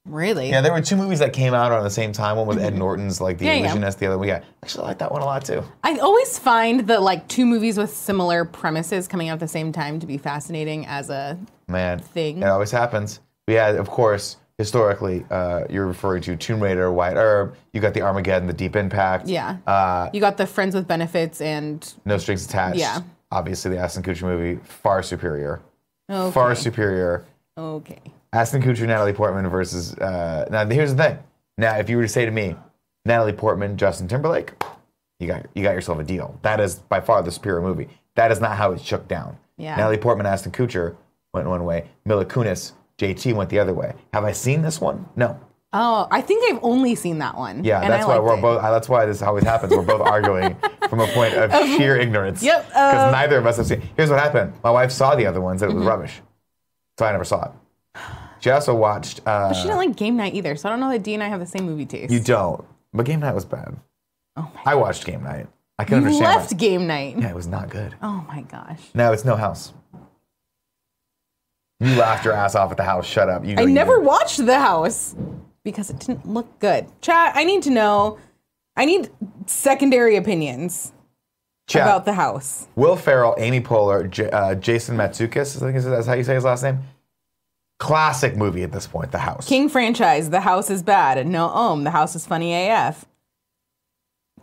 B: Really?
A: Yeah, there were two movies that came out around the same time. One was Ed Norton's, like The
B: Mm-hmm. Yeah, yeah.
A: Illusionist. The other, we got. Actually, I like that one a lot too.
B: I always find that like two movies with similar premises coming out at the same time to be fascinating as a
A: man
B: thing.
A: It always happens. We had, of course, historically, uh, you're referring to Tomb Raider, White Herb. You got the Armageddon, the Deep Impact.
B: yeah.
A: Uh,
B: you got the friends with benefits and
A: no strings attached.
B: Yeah.
A: Obviously, the Aston Kutcher movie far superior.
B: okay.
A: Far superior.
B: okay.
A: Aston Kutcher, Natalie Portman versus. Uh, now, here's the thing. Now, if you were to say to me, Natalie Portman, Justin Timberlake, you got you got yourself a deal. That is by far the superior movie. That is not how it shook down.
B: Yeah.
A: Natalie Portman, Aston Kutcher went one way. Mila Kunis, JT went the other way. Have I seen this one? No.
B: Oh, I think I've only seen that one.
A: Yeah,
B: and
A: that's
B: I
A: why
B: liked
A: we're
B: it.
A: both. That's why this always happens. We're both
B: [LAUGHS]
A: arguing from a point of sheer ignorance.
B: Yep,
A: Because
B: um, Mm-hmm.
A: neither of us have seen. Here's what happened. My wife saw the other ones. That it was rubbish, so I never saw it. She also watched. Uh,
B: Oh, She didn't like Game Night either, so I don't know that D and I have the same movie taste.
A: You don't. But game night was bad. Oh my I watched game night. I can
B: You
A: understand. why-
B: left Game Night.
A: Yeah, it was not good.
B: Oh my gosh.
A: No, it's no house. You laughed your ass off at the house. Shut up. You know
B: I
A: you
B: never
A: did.
B: watched The House because it didn't look good. Chat, I need to know. I need secondary opinions
A: Chat.
B: about The House.
A: Will Ferrell, Amy Poehler, J- uh, Jason Matsukis. I think is- that's how you say his last name. Classic movie at this point. The house.
B: King franchise, The House is bad. No Ohm, The House is funny AF.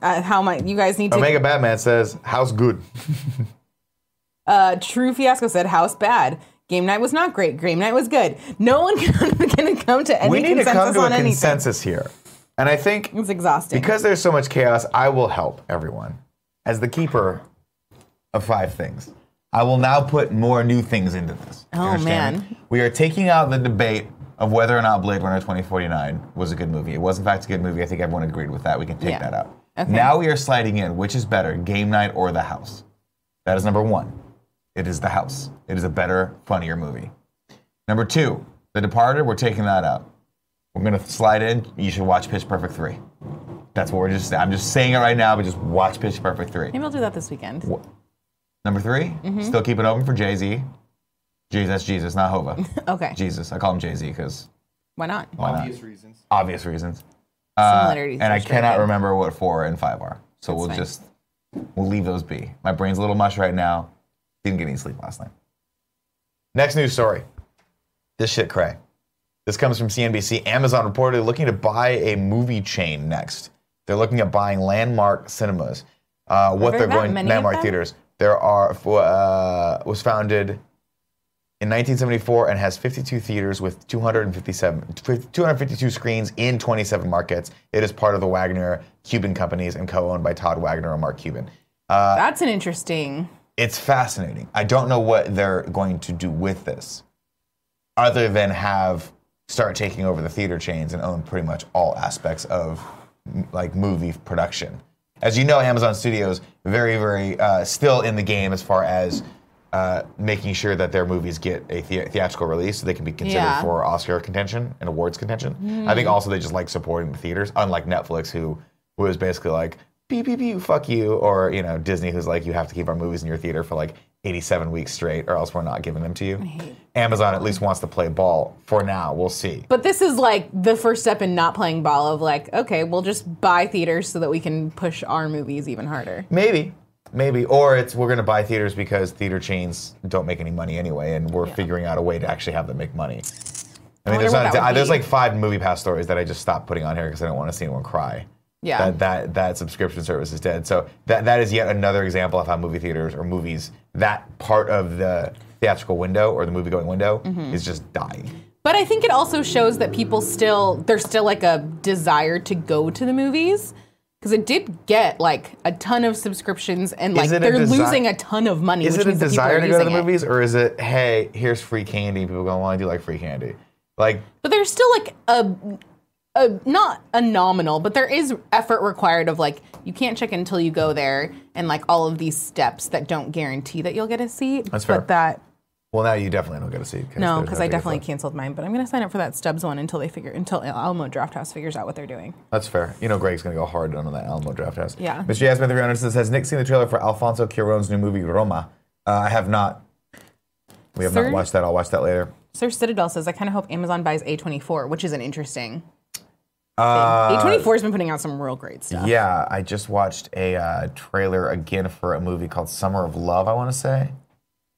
B: Uh, how am I? You guys need to.
A: Omega Batman says house good.
B: Uh, True Fiasco said House bad. Game night was not great. Game night was good. No one [LAUGHS] can come to any
A: we need to
B: consensus
A: come to
B: on
A: a
B: anything.
A: consensus here, and I think
B: It's exhausting.
A: Because there's so much chaos, I will help everyone as the keeper of five things. I will now put more new things into this. You
B: Oh,
A: understand
B: man.
A: me? We are taking out the debate of whether or not Blade Runner 2049 was a good movie. It was, in fact, a good movie. I think everyone agreed with that. We can take
B: Yeah.
A: that out.
B: Okay.
A: Now we are sliding in which is better, Game Night or The House? That is number one. It is The House. It is a better, funnier movie. Number two, The Departed, we're taking that out. We're gonna slide in. You should watch Pitch Perfect three. That's what we're just. I'm just saying it right now, but just watch Pitch Perfect three.
B: Maybe I'll do that this weekend.
A: Wha- Number 3
B: Mm-hmm.
A: still keep it open for Jay Z. Jesus, Jesus, not
B: [LAUGHS]
A: Hova.
B: Okay.
A: Jesus, I call him Jay Z because
B: Why not?
F: Obvious reasons.
A: obvious reasons. Uh,
B: Similarities.
A: and I
B: for sure.
A: cannot remember what four and five are, so we'll
B: fine.
A: just we'll leave those be. My brain's a little mush right now. Didn't get any sleep last night. Next news story. This shit cray. This comes from CNBC. Amazon reportedly looking to buy a movie chain next. They're looking at buying Landmark Cinemas. Uh, what
B: there
A: they're
B: that
A: going
B: many of
A: Landmark
B: them?
A: Theaters. There are uh, was founded in 1974 and has 52 theaters with 257 252 screens in 27 markets. It is part of the Wagner Cuban companies and co-owned by Todd Wagner and Mark Cuban.
B: That's an interesting.
A: It's fascinating. I don't know what they're going to do with this, other than have start taking over the theater chains and own pretty much all aspects of m- like movie production. As you know, Amazon Studios very, very uh, still in the game as far as uh, making sure that their movies get a the- theatrical release so they can be considered
B: Yeah.
A: for Oscar contention and awards contention. I think also they just like supporting the theaters, unlike Netflix, who was basically like pew pew pew, fuck you, or you know Disney, who's like you have to keep our movies in your theater for like 87 weeks straight, or else we're not giving them to you. Amazon at least wants to play ball for now. We'll see.
B: But this is like the first step in not playing ball of like, okay, we'll just buy theaters so that we can push our movies even harder.
A: Maybe. Maybe. Or it's we're going to buy theaters because theater chains don't make any money anyway, and we're figuring out a way to actually have them make money. I mean,
B: wonder
A: there's,
B: what
A: not,
B: that would
A: I- there's
B: be.
A: like five movie pass stories that I just stopped putting on here because I don't want to see anyone cry.
B: Yeah.
A: That, that that subscription service is dead. So that that is yet another example of how movie theaters or movies that part of the theatrical window or the movie going window
B: Mm-hmm.
A: is just dying.
B: But I think it also shows that people still there's still like a desire to go to the movies because it did get like a ton of subscriptions and like
A: it a
B: they're
A: desi-
B: losing a ton of money.
A: Is it
B: which
A: a
B: means that people
A: desire
B: are
A: to go to the
B: using it.
A: movies or is it hey here's free candy people going well I do like free candy like
B: But there's still like a a, not a nominal, but there is effort required of like you can't check in until you go there, and like all of these steps that don't guarantee that you'll get a seat.
A: That's fair.
B: But that
A: Well, now you definitely don't get a seat.
B: no,
A: there's
B: because I
A: ticket
B: definitely
A: left.
B: canceled mine. But I'm gonna sign up for that Stubbs one until they figure until Alamo Drafthouse figures out what they're doing.
A: That's fair. You know, Greg's gonna go hard on that Alamo Draft House.
B: Yeah.
A: Mr. Yasmin 300 says, "Has Nick seen the trailer for Alfonso Cuarón's new movie Roma?" Uh, I have not. We have
B: Sir?
A: not watched that. I'll watch that later.
B: Sir Citadel says I kind of hope Amazon buys A24, which is an interesting.
A: Uh,
B: thing. A24 has been putting out some real great stuff.
A: Yeah, I just watched a uh, trailer again for a movie called Summer of Love. I want to say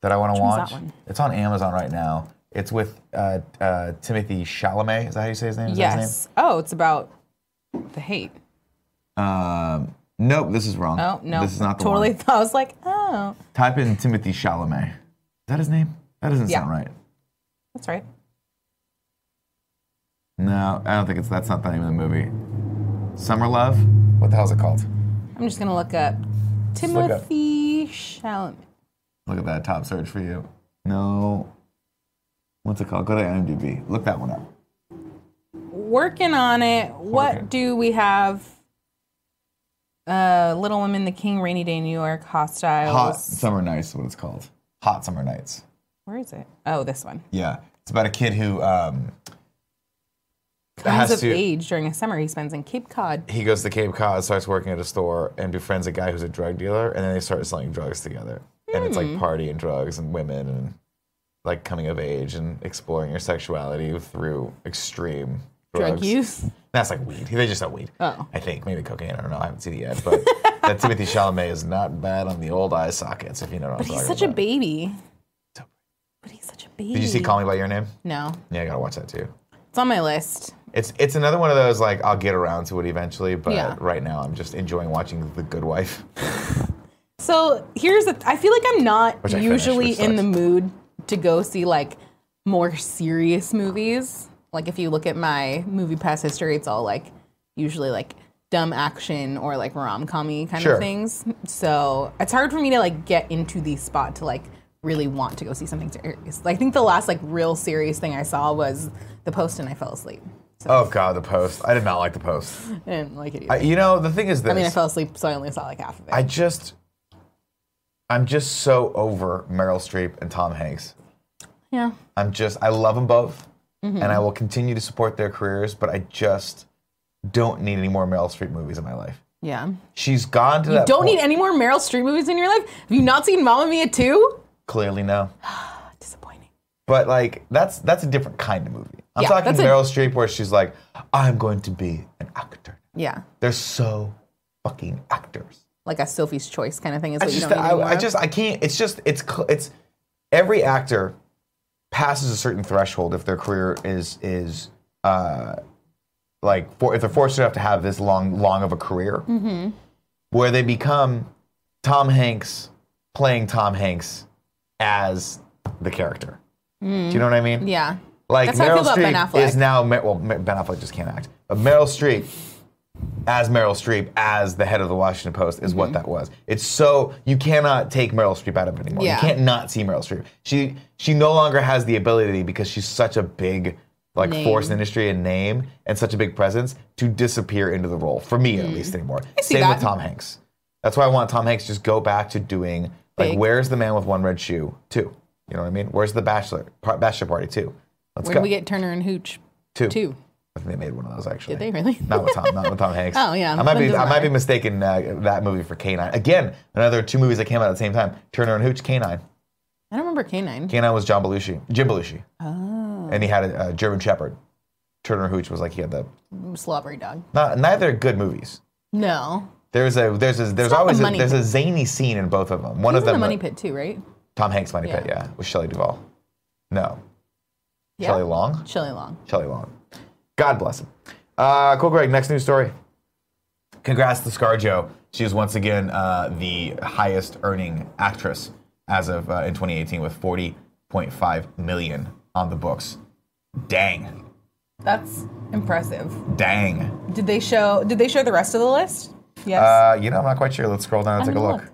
A: that I want to
B: one's
A: watch.
B: that one?
A: It's on Amazon right now. It's with uh, uh, Timothy Chalamet. Is that how you say his name? Is that his
B: Yes. Oh, it's about the hate.
A: name? Um, nope, this is wrong.
B: Oh no,
A: this is not the
B: totally.
A: one.
B: [LAUGHS] I was like, oh,
A: Type in Timothy Chalamet. Is that his name? That doesn't
B: Yeah.
A: sound right.
B: that's right.
A: No, I don't think it's. That's not the name of the movie. Summer Love. What the hell is it called?
B: I'm just gonna look up
A: look up.
B: Timothy Chalamet.
A: Look at that top search for you. No. What's it called? Go to IMDb. Look that one up.
B: Working on it. What
A: Working.
B: do we have? Uh, Little Women, The King, Rainy Day, in New York, Hostiles.
A: Hot Summer Nights is what it's called. Hot Summer Nights.
B: Where is it? Oh, this one.
A: Yeah. It's about a kid who um,
B: Comes
A: has
B: of
A: to.
B: age during a summer he spends in Cape Cod.
A: He goes to Cape Cod, starts working at a store, and befriends a guy who's a drug dealer, and then they start selling drugs together. And it's
B: Hmm.
A: like party and drugs and women and like coming of age and exploring your sexuality through extreme drugs.
B: Drug use. [LAUGHS]
A: That's like weed. They just have weed.
B: Oh.
A: I think maybe cocaine. I don't know. I haven't seen it yet.
B: [LAUGHS]
A: But that Timothy Chalamet is not bad on the old eye sockets, if you know what I'm talking
B: He's such a
A: about.
B: baby.
A: So-
B: But he's such a baby.
A: Did you see Call Me by Your Name?
B: No,
A: Yeah, I gotta watch that too.
B: it's on my list.
A: It's it's another one of those like I'll get around to it eventually, but
B: Yeah.
A: right now I'm just enjoying watching The Good Wife.
B: So here's the. I feel like I'm not
A: Which I finished,
B: usually
A: which
B: in the
A: sucks.
B: mood to go see like more serious movies. Like if you look at my movie pass history, it's all like usually like dumb action or like rom commy kind
A: Sure.
B: of things. So it's hard for me to like get into the spot to like really want to go see something serious. I think the last like real serious thing I saw was The Post, and I fell asleep. So
A: Oh god, The Post. I did not like The Post.
B: I didn't like it. Either.
A: I, you know the thing is this.
B: I mean, I fell asleep, so I only saw like half of it.
A: I just I'm just so over Meryl Streep and Tom Hanks.
B: yeah.
A: I'm just I love them both,
B: Mm-hmm.
A: and I will continue to support their careers, but I just don't need any more Meryl Streep movies in my life.
B: Yeah.
A: She's gone to that.
B: Don't
A: point-
B: need any more Meryl Streep movies in your life. Have you not seen Mamma Mia 2?
A: Clearly, no.
B: Disappointing.
A: But like that's that's a different kind of movie. I'm
B: Yeah,
A: talking
B: that's a-
A: Meryl Streep where she's like, I'm going to be an actor.
B: Yeah.
A: They're so fucking actors.
B: Like a Sophie's Choice kind of thing is
A: I
B: what you
A: just
B: don't need
A: I,
B: anymore.
A: I just I can't. It's just it's cl- it's every actor passes a certain threshold if their career is is uh like for, if they're fortunate enough to have this long long of a career
B: Mm-hmm.
A: where they become Tom Hanks playing Tom Hanks as the character.
B: Mm.
A: Do you know what I mean?
B: yeah.
A: Like
B: That's how I
A: Meryl
B: feel about Ben
A: Streep
B: Affleck.
A: is now Mer- well Mer- Ben Affleck just can't act, but Meryl Streep as Meryl Streep as the head of the Washington Post is
B: Mm-hmm.
A: what that was. It's so you cannot take Meryl Streep out of it anymore.
B: Yeah.
A: You can't not see Meryl Streep. She she no longer has the ability because she's such a big like
B: Name.
A: force in industry and name and such a big presence to disappear into the role for me at least anymore.
B: Mm. see
A: Same
B: that.
A: with Tom Hanks. That's why I want Tom Hanks to just go back to doing like
B: Big.
A: where's the man with one red shoe two. You know what I mean? Where's the bachelor par- bachelor party two? Let's
B: Where
A: go.
B: do we get Turner and Hooch?
A: Two.
B: Two.
A: I think they made one of those actually.
B: Did they really?
A: not with Tom. Not with Tom Hanks.
B: Oh, yeah.
A: I might
B: That
A: be.
B: doesn't
A: I might be
B: matter.
A: mistaken uh, that movie for Canine. Again, another two movies that came out at the same time. Turner and Hooch. Canine.
B: [LAUGHS] I don't remember K9.
A: Canine was John Belushi. Jim Belushi. Oh. And he had a, a German Shepherd. Turner and Hooch was like he had the.
B: Slobbery Dog.
A: Not, neither are good movies.
B: No.
A: There's a there's a there's
B: not
A: always
B: the
A: a,
B: Money
A: there's a zany scene in both of them. One
B: He's
A: of
B: in
A: them
B: the Money Pit too, right?
A: Tom Hanks Money Pit,
B: Yeah.
A: yeah, with Shelley Duvall. No,
B: Yeah.
A: Shelley Long.
B: Shelley Long.
A: Shelley Long. God bless him. Uh, cool, Greg. Next news story. Congrats to ScarJo. She is once again uh, the highest earning actress as of uh, in 2018 with 40.5 million on the books. Dang,
B: That's impressive.
A: dang.
B: Did they show did they show the rest of the list? Yes.
A: Uh, you know, I'm not quite sure. Let's scroll down and
B: I'm
A: take a
B: gonna
A: look.
B: look.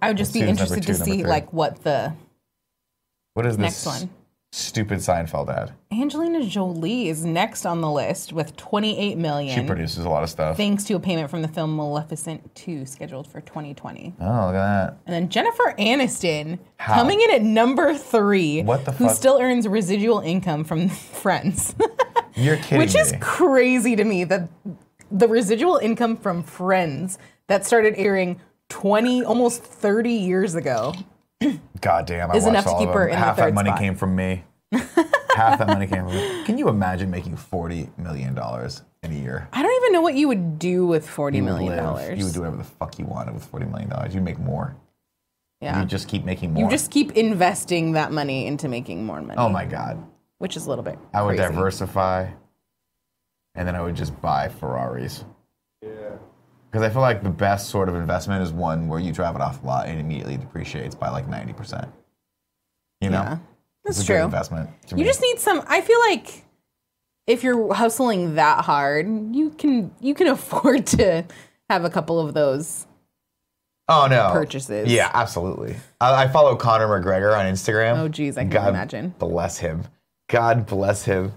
B: I would just be
A: let's see who's number
B: interested
A: two,
B: to
A: number
B: see
A: three.
B: like what the
A: What is this?
B: next one.
A: Stupid Seinfeld ad.
B: Angelina Jolie is next on the list with 28
A: She
B: million.
A: produces a lot of stuff.
B: thanks to a payment from the film Maleficent 2 scheduled for 2020.
A: Oh, look at that.
B: And then Jennifer Aniston
A: How?
B: coming in at number 3
A: What the
B: who
A: fuck?
B: still earns residual income from [LAUGHS] Friends.
A: You're kidding
B: Which
A: me.
B: is crazy to me that the residual income from Friends that started airing 20 almost 30 years ago.
A: God damn, I
B: is
A: watched
B: enough to
A: all
B: keep
A: of
B: her
A: them.
B: in the
A: Half
B: third
A: that money
B: spot.
A: came from
B: [LAUGHS]
A: me. Half that money came from me. Can you imagine making forty million dollars in a year?
B: I don't even know what you would do with 40 million
A: Live.
B: dollars.
A: You would do whatever the fuck you wanted with forty million dollars. You'd make more.
B: yeah.
A: You'd just keep making more.
B: You just keep investing that money into making more money,
A: oh my god.
B: which is a little bit.
A: I would
B: crazy.
A: diversify, and then I would just buy Ferraris. Yeah. Because I feel like the best sort of investment is one where you drive it off a lot and it immediately depreciates by like ninety percent. You know,
B: Yeah.
A: it's
B: That's
A: a
B: true.
A: good investment. to me.
B: You just need some. I feel like if you're hustling that hard, you can you can [LAUGHS] afford to have a couple of those.
A: Oh no!
B: purchases.
A: Yeah, absolutely. I, I follow Conor McGregor on Instagram.
B: Oh, geez, I can
A: God
B: imagine.
A: Bless him. God bless him.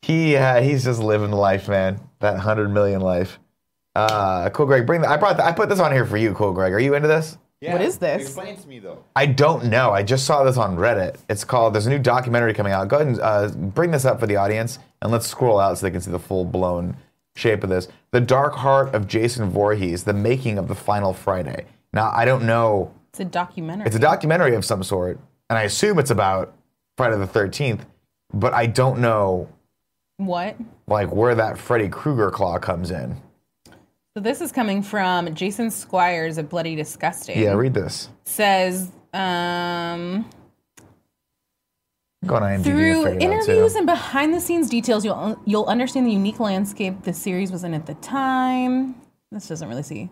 A: He uh, he's just living the life, man. That hundred million life. Uh, cool, Greg. Bring. The, I brought. The, I put this on here for you, cool, Greg. Are you into this?
B: What is this?
F: Explain to me though.
A: I don't know. I just saw this on Reddit. It's called. There's a new documentary coming out. Go ahead and uh, bring this up for the audience, and let's scroll out so they can see the full blown shape of this. The Dark Heart of Jason Voorhees: The Making of the Final Friday. Now, I don't know
B: It's a documentary.
A: it's a documentary of some sort, and I assume it's about Friday the Thirteenth, but I don't know
B: what?
A: like where that Freddy Krueger claw comes in.
B: So this is coming from Jason Squires of Bloody Disgusting.
A: Yeah, read this.
B: Says. Um,
A: Go on IMDb. and
B: Through
A: figure it out, too.
B: interviews and behind the scenes details, you'll you'll understand the unique landscape the series was in at the time. This doesn't really see.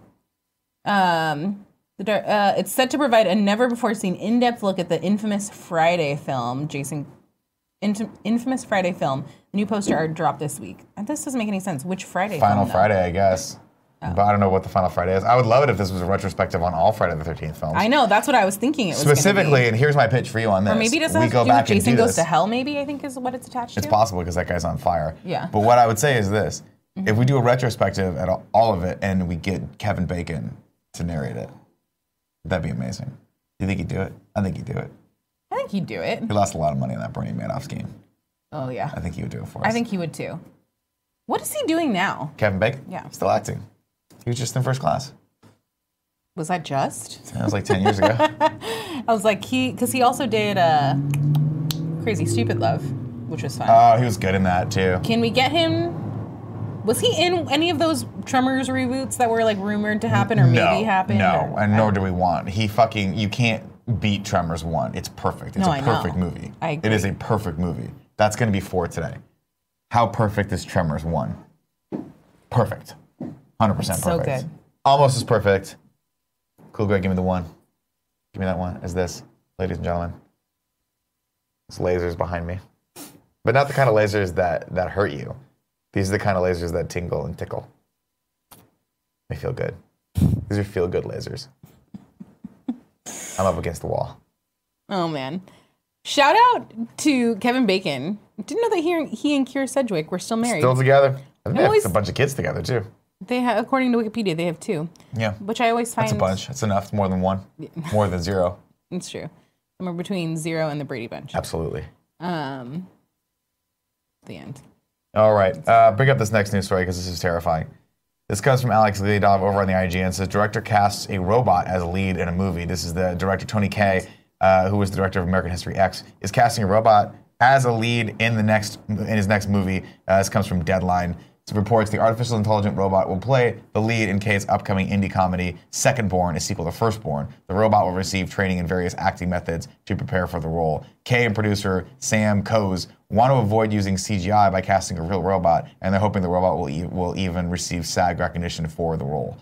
B: Um, the dar- uh, it's set to provide a never before seen in depth look at the infamous Friday film, Jason. Int- infamous Friday film. The new poster art dropped this week. And this doesn't make any sense. Which Friday?
A: Final
B: film, though?
A: Friday, I guess.
B: Oh.
A: But I don't know what the Final Friday is. I would love it if this was a retrospective on all Friday the Thirteenth films.
B: I know. That's what I was thinking. It was gonna be.
A: Specifically, and here's my pitch for you on this.
B: or maybe it doesn't
A: we
B: have
A: go
B: to do with
A: back and
B: Jason
A: do
B: Goes
A: this.
B: to Hell. Maybe I think is what it's attached
A: It's
B: to.
A: possible because that guy's on fire.
B: Yeah.
A: But what I would say is this: if we do a retrospective at all, all of it, and we get Kevin Bacon to narrate it, that'd be amazing. You think he'd do it? I think he'd do it.
B: I think he'd do it.
A: He lost a lot of money in that Bernie Madoff scheme.
B: Oh yeah.
A: I think he would do it for us.
B: I think he would too. What is he doing now?
A: Kevin Bacon.
B: Yeah.
A: Still acting. He was just in first class.
B: Was that just?
A: That was like
B: [LAUGHS]
A: ten years ago.
B: I was like he, because he also did uh, Crazy Stupid Love, which was fun.
A: Oh, he was good in that too.
B: Can we get him? Was he in any of those Tremors reboots that were like rumored to happen or maybe happen?
A: No,
B: or-
A: and nor do we want. He fucking you can't beat Tremors one. It's perfect. It's
B: No, I
A: a
B: know.
A: perfect movie.
B: I agree.
A: It is a perfect movie. That's gonna be four today. How perfect is Tremors one? Perfect. Hundred percent
B: So
A: perfect.
B: good.
A: Almost as perfect. Cool Greg, give me the one. Give me that one. Is this, ladies and gentlemen. It's lasers behind me. But not the kind of lasers that, that hurt you. These are the kind of lasers that tingle and tickle. They feel good. These are feel good lasers. I'm up against the wall.
B: Oh man! Shout out to Kevin Bacon. Didn't know that he, he and Kira Sedgwick were still married.
A: Still together. I think they have
B: always-
A: a bunch of kids together too.
B: They have, according to Wikipedia, they have two,
A: Yeah.
B: which I always find
A: It's a bunch. It's enough. It's more than one. More than zero.
B: It's true. Somewhere between zero and the Brady Bunch.
A: Absolutely.
B: Um, the end.
A: All right. Uh, bring up this next news story because this is terrifying. This comes from Alex Leadov over on the IGN. It says director casts a robot as a lead in a movie. This is the director Tony Kay, uh, who was the director of American History X, is casting a robot as a lead in the next in his next movie. Uh, this comes from Deadline. It reports the artificial intelligent robot will play the lead in Kay's upcoming indie comedy Second Born, a sequel to First Born. The robot will receive training in various acting methods to prepare for the role. Kay and producer Sam Coase want to avoid using CGI by casting a real robot, and they're hoping the robot will, e- will even receive SAG recognition for the role.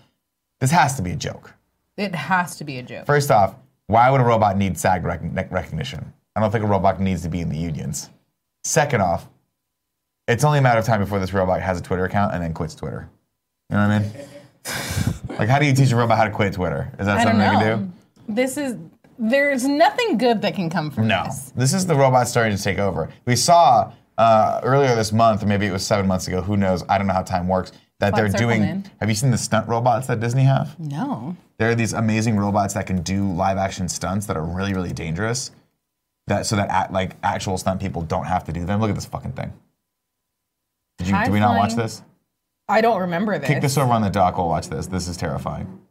A: This has to be a joke.
B: It has to be a joke.
A: First off, why would a robot need SAG rec- ne- recognition? I don't think a robot needs to be in the unions. Second off, it's only a matter of time before this robot has a Twitter account and then quits Twitter. You know what I [LAUGHS] mean? like, how do you teach a robot how to quit Twitter? Is that
B: I don't
A: something they
B: know.
A: can do?
B: This is There's nothing good that can come from
A: No,
B: this.
A: this is the robot starting to take over. We saw uh, earlier this month, or maybe it was seven months ago. Who knows? I don't know how time works. That
B: Flat
A: they're
B: circle,
A: doing.
B: man.
A: Have you seen the stunt robots that Disney have?
B: No.
A: There are these amazing robots that can do live action stunts that are really, really dangerous. That so that act, like actual stunt people don't have to do them. Look at this fucking thing. Did you?
B: High
A: Did we not watch
B: flying.
A: this?
B: I don't remember this.
A: Kick this over on the dock. We'll watch this. This is terrifying.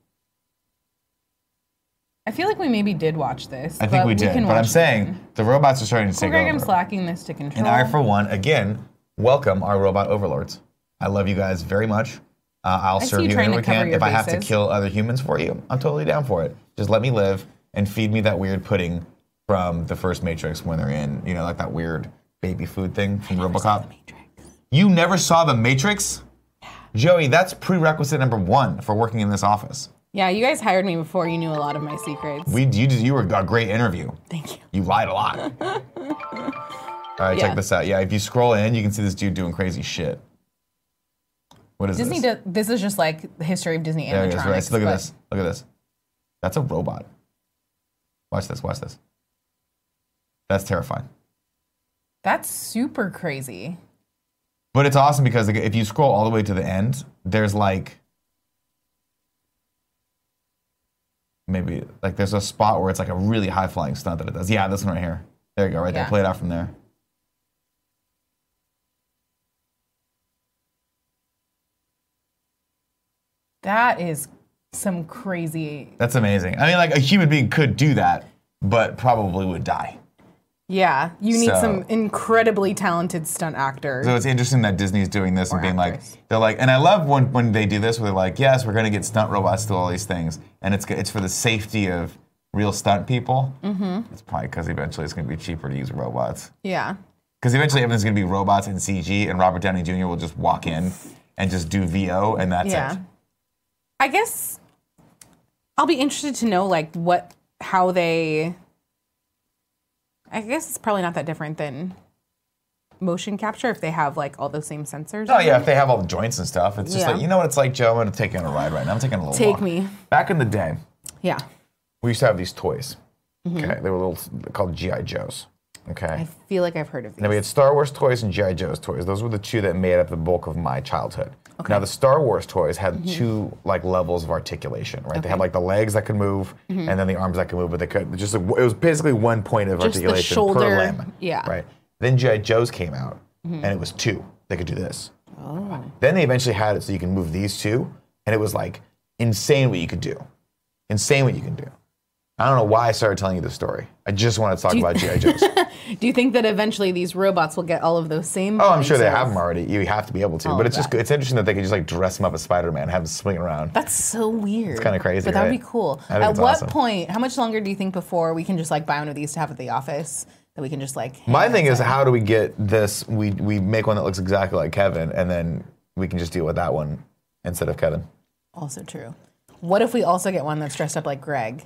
B: I feel like we maybe did watch this.
A: I think we did,
B: can
A: but I'm
B: watch it
A: saying
B: again.
A: the robots are starting to
B: Cool
A: take
B: Greg,
A: over.
B: I'm slacking this to
A: And
B: control.
A: I, for one, again, welcome our robot overlords. I love you guys very much. Uh, I'll
B: see
A: serve
B: you
A: you
B: trying to
A: whenever I
B: cover
A: can.
B: your
A: If I have to
B: bases.
A: kill other humans for you, I'm totally down for it. Just let me live and feed me that weird pudding from the first Matrix when they're in, you know, like that weird baby food thing from RoboCop. You never saw the Matrix? Joey, that's prerequisite number one for working in this office.
B: yeah, you guys hired me before you knew a lot of my secrets.
A: We, you, did- you were a great interview.
B: Thank you.
A: You lied a
B: [LAUGHS]
A: lot. All right,
B: Yeah.
A: check this out. Yeah, if you scroll in, you can see this dude doing crazy shit. What is
B: Disney.
A: this?
B: Does, this is just like the history of Disney
A: there it
B: animatronics.
A: is. Right. So look at
B: but-
A: this. Look at this. That's a robot. Watch this. Watch this. That's terrifying.
B: That's super crazy.
A: But it's awesome because like, if you scroll all the way to the end, there's like maybe like there's a spot where it's like a really high flying stunt that it does. Yeah, this one right here. There you go, right
B: Yeah.
A: there. Play it out from there.
B: That is some crazy.
A: That's amazing. I mean, like a human being could do that, but probably would die.
B: Yeah, you need
A: So-
B: some incredibly talented stunt actor.
A: So it's interesting that Disney's doing this and
B: Or
A: being
B: actress.
A: like, they're like, and I love when, when they do this where they're like, yes, we're going to get stunt robots to do all these things, and it's g- it's for the safety of real stunt people. Mm-hmm. It's probably because eventually it's going to be cheaper to use robots.
B: yeah.
A: Because eventually everything's going to be robots and CG, and Robert Downey Jr. will just walk in and just do VO, and that's
B: Yeah.
A: it.
B: I guess I'll be interested to know like what how they I guess it's probably not that different than motion capture if they have like all those same sensors.
A: Oh yeah, if they have all the joints and stuff, it's just
B: Yeah.
A: like you know what it's like, Joe. I'm going to take you on a ride right now. I'm taking a little
B: Take
A: walk.
B: me.
A: Back in the day,
B: Yeah.
A: we used to have these toys. Okay, they were little they're called GI Joes. Okay,
B: Mm-hmm. I feel like I've heard of these.
A: now we had Star Wars toys and GI Joe's toys. Those were the two that made up the bulk of my childhood. Now the Star Wars toys had
B: Mm-hmm.
A: two like levels of articulation, right? They had like the legs that could move,
B: Mm-hmm.
A: and then the arms that could move, but they could just like, it was basically one point of
B: Just the
A: articulation
B: shoulder,
A: per limb.
B: yeah. Mm-hmm.
A: Right. Then GI Joe's came out, and it was two. They could do this.
B: Oh.
A: Then they eventually had it so you can move these two, and it was like insane what you could do. Insane what you can do. I don't know why I started telling you this story. I just wanted to talk about
B: [LAUGHS]
A: GI Joes.
B: Do you think that eventually these robots will get all of those same
A: Oh, I'm sure they
B: sensors?
A: have them already. You have to be able to.
B: All
A: but
B: of
A: it's just
B: that.
A: it's interesting that they could just like dress him up as Spider-Man, have him swing around.
B: That's so weird. It's
A: kinda crazy,
B: But that'd
A: right?
B: be cool.
A: I think
B: At
A: it's
B: what
A: awesome.
B: point, how much longer do you think before we can just like buy one of these to have at the office? That we can just like
A: My thing is, how do we get this? We we make one that looks exactly like Kevin, and then we can just deal with that one instead of Kevin.
B: Also true. What if we also get one that's dressed up like Greg,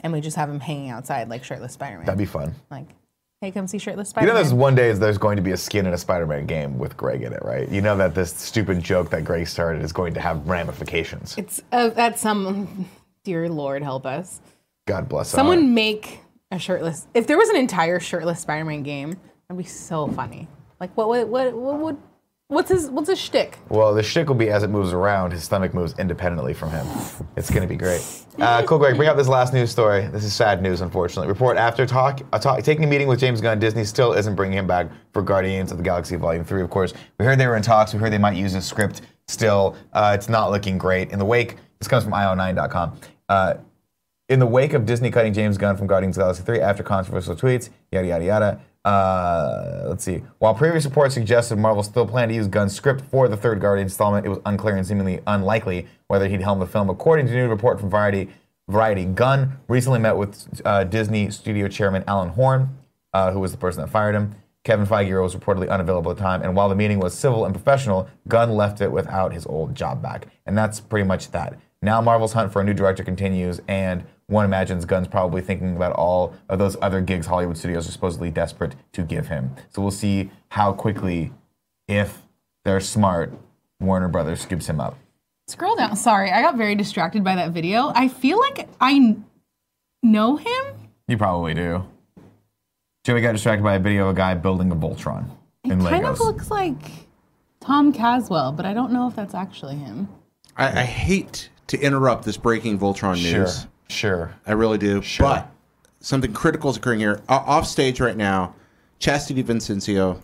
B: and we just have him hanging outside like shirtless Spider Man?
A: That'd be fun.
B: like, hey, come see shirtless
A: You
B: Spider
A: know,
B: Man.
A: there's one day is there's going to be a skin in a Spider-Man game with Greg in it, right? You know that this stupid joke that Greg started is going to have ramifications.
B: it's uh, that's some. [LAUGHS] Dear Lord, help us.
A: God bless him.
B: Someone make a shirtless. If there was an entire shirtless Spider Man game, that'd be so funny. Like, what would what what would what's his what's his shtick?
A: Well, the shtick will be as it moves around, his stomach moves independently from him. It's going to be great. Uh, cool, Greg. Bring up this last news story. This is sad news, unfortunately. Report after talk, a talk taking a meeting with James Gunn, Disney still isn't bringing him back for Guardians of the Galaxy Volume 3, of course. We heard they were in talks. We heard they might use his script still. Uh, it's not looking great. In the wake, this comes from io9.com. Uh, in the wake of Disney cutting James Gunn from Guardians of the Galaxy 3 after controversial tweets, yada, yada, yada. Uh, let's see. While previous reports suggested Marvel still planned to use Gunn's script for the third Guardian installment, it was unclear and seemingly unlikely whether he'd helm the film. According to a new report from Variety, Variety Gunn recently met with uh, Disney studio chairman Alan Horn, uh, who was the person that fired him. Kevin Feige was reportedly unavailable at the time, and while the meeting was civil and professional, Gunn left it without his old job back. And that's pretty much that. Now Marvel's hunt for a new director continues, and one imagines Gunn's probably thinking about all of those other gigs Hollywood studios are supposedly desperate to give him. So we'll see how quickly, if they're smart, Warner Brothers scoops him up.
B: Scroll down. Sorry, I got very distracted by that video. I feel like I kn- know him.
A: You probably do. Joey got distracted by a video of a guy building a Voltron in
B: Kind of
A: Legos.
B: looks like Tom Caswell, but I don't know if that's actually him.
C: I, I hate to interrupt this breaking Voltron
A: sure,
C: news.
A: sure.
C: I really do.
A: Sure.
C: But something critical is occurring here. O- off stage right now, Chastity Vincencio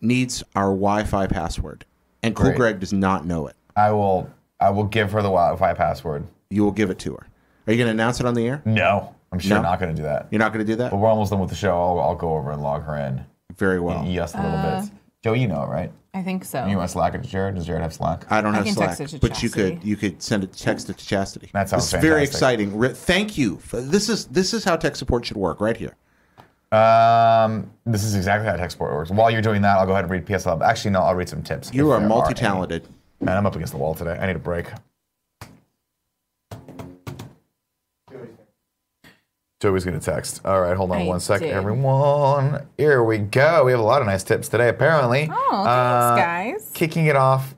C: needs our Wi Fi password, and Cool
A: Great.
C: Greg does not know it.
A: I will. I will give her the Wi-Fi password.
C: You will give it to her. Are you going to announce it on the air?
A: No, I'm sure
C: No?
A: not going to do that.
C: You're not going to do that?
A: But we're almost done with the show. I'll, I'll go over and log her in.
C: Very well.
A: Yes, a little
B: Uh.
A: bit. Joey, you know it, right?
B: I think so.
A: You want to Slack it to Jared? Does Jared have Slack?
C: I don't
B: I
C: have
B: can
C: Slack,
B: text it to
C: but you
B: Chastity.
C: could you could send it text it to Chastity.
A: That sounds
C: This is very
A: fantastic.
C: exciting. Re- thank you. for- This is this is how tech support should work right here.
A: Um, this is exactly how tech support works. While you're doing that, I'll go ahead and read PS Lab. Actually, no, I'll read some tips.
C: You
A: if
C: are
A: there any.
C: multi-talented.
A: Man, I'm up against the wall today. I need a break. Joey's gonna text. All right, hold on
B: I
A: one second,
B: did.
A: everyone. Here we go. We have a lot of nice tips today, apparently.
B: Oh,
A: Uh,
B: thanks, guys.
A: Kicking it off,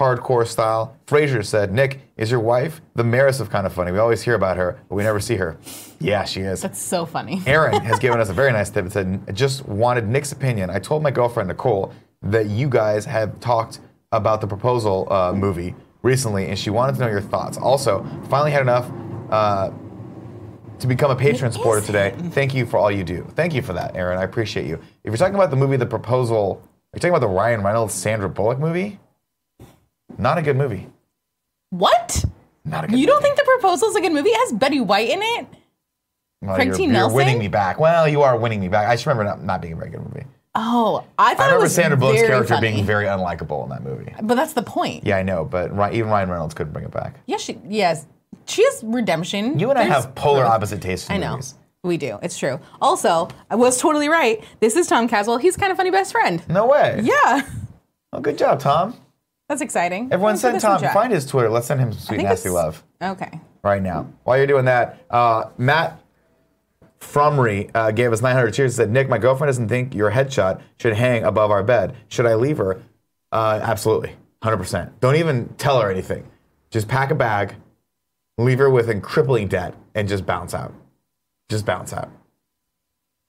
A: hardcore style. Frasier said, Nick, is your wife the mayoress of Kind of Funny? We always hear about her, but we never see her. Yeah, she is.
B: That's so funny.
A: Aaron has given us a very nice tip. It said, "I just wanted Nick's opinion. I told my girlfriend Nicole that you guys had talked about the proposal uh, movie recently, and she wanted to know your thoughts. Also, finally had enough uh, to become a patron supporter today. Thank you for all you do. Thank you for that, Aaron. I appreciate you. If you're talking about the movie The Proposal, are you talking about the Ryan Reynolds Sandra Bullock movie? Not a good movie.
B: What?
A: Not a good.
B: You don't think the proposal's a good movie? It has Betty White in it?
A: Well,
B: Craig
A: you're,
B: T.
A: you're winning
B: Nelson?
A: me back. Well, you are winning me back. I just remember not, not being a very good movie.
B: Oh, I
A: I
B: thought it
A: remember
B: was
A: Sandra Bullock's
B: very
A: character
B: funny.
A: being very unlikable in that movie.
B: But that's the point.
A: Yeah, I know, but Ry- even Ryan Reynolds couldn't bring it back.
B: Yeah, she, yes. She has redemption.
A: You and I
B: There's-
A: have polar opposite tastes. In
B: I know.
A: Movies.
B: We do. It's true. Also, I was totally right. This is Tom Caswell. He's kind of funny best friend.
A: No way.
B: Yeah. [LAUGHS]
A: Well, good job, Tom.
B: That's exciting.
A: Everyone
B: Thanks for
A: send
B: this one,
A: Tom.
B: Jack.
A: Find his Twitter. Let's send him some
B: I
A: sweet
B: think
A: nasty
B: it's-
A: love
B: Okay.
A: right now. While you're doing that, uh, Matt Fromry uh, gave us 900 cheers and said, Nick, my girlfriend doesn't think your headshot should hang above our bed. Should I leave her? Uh, absolutely. 100%. Don't even tell her anything. Just pack a bag, leave her with a crippling debt, and just bounce out. Just bounce out.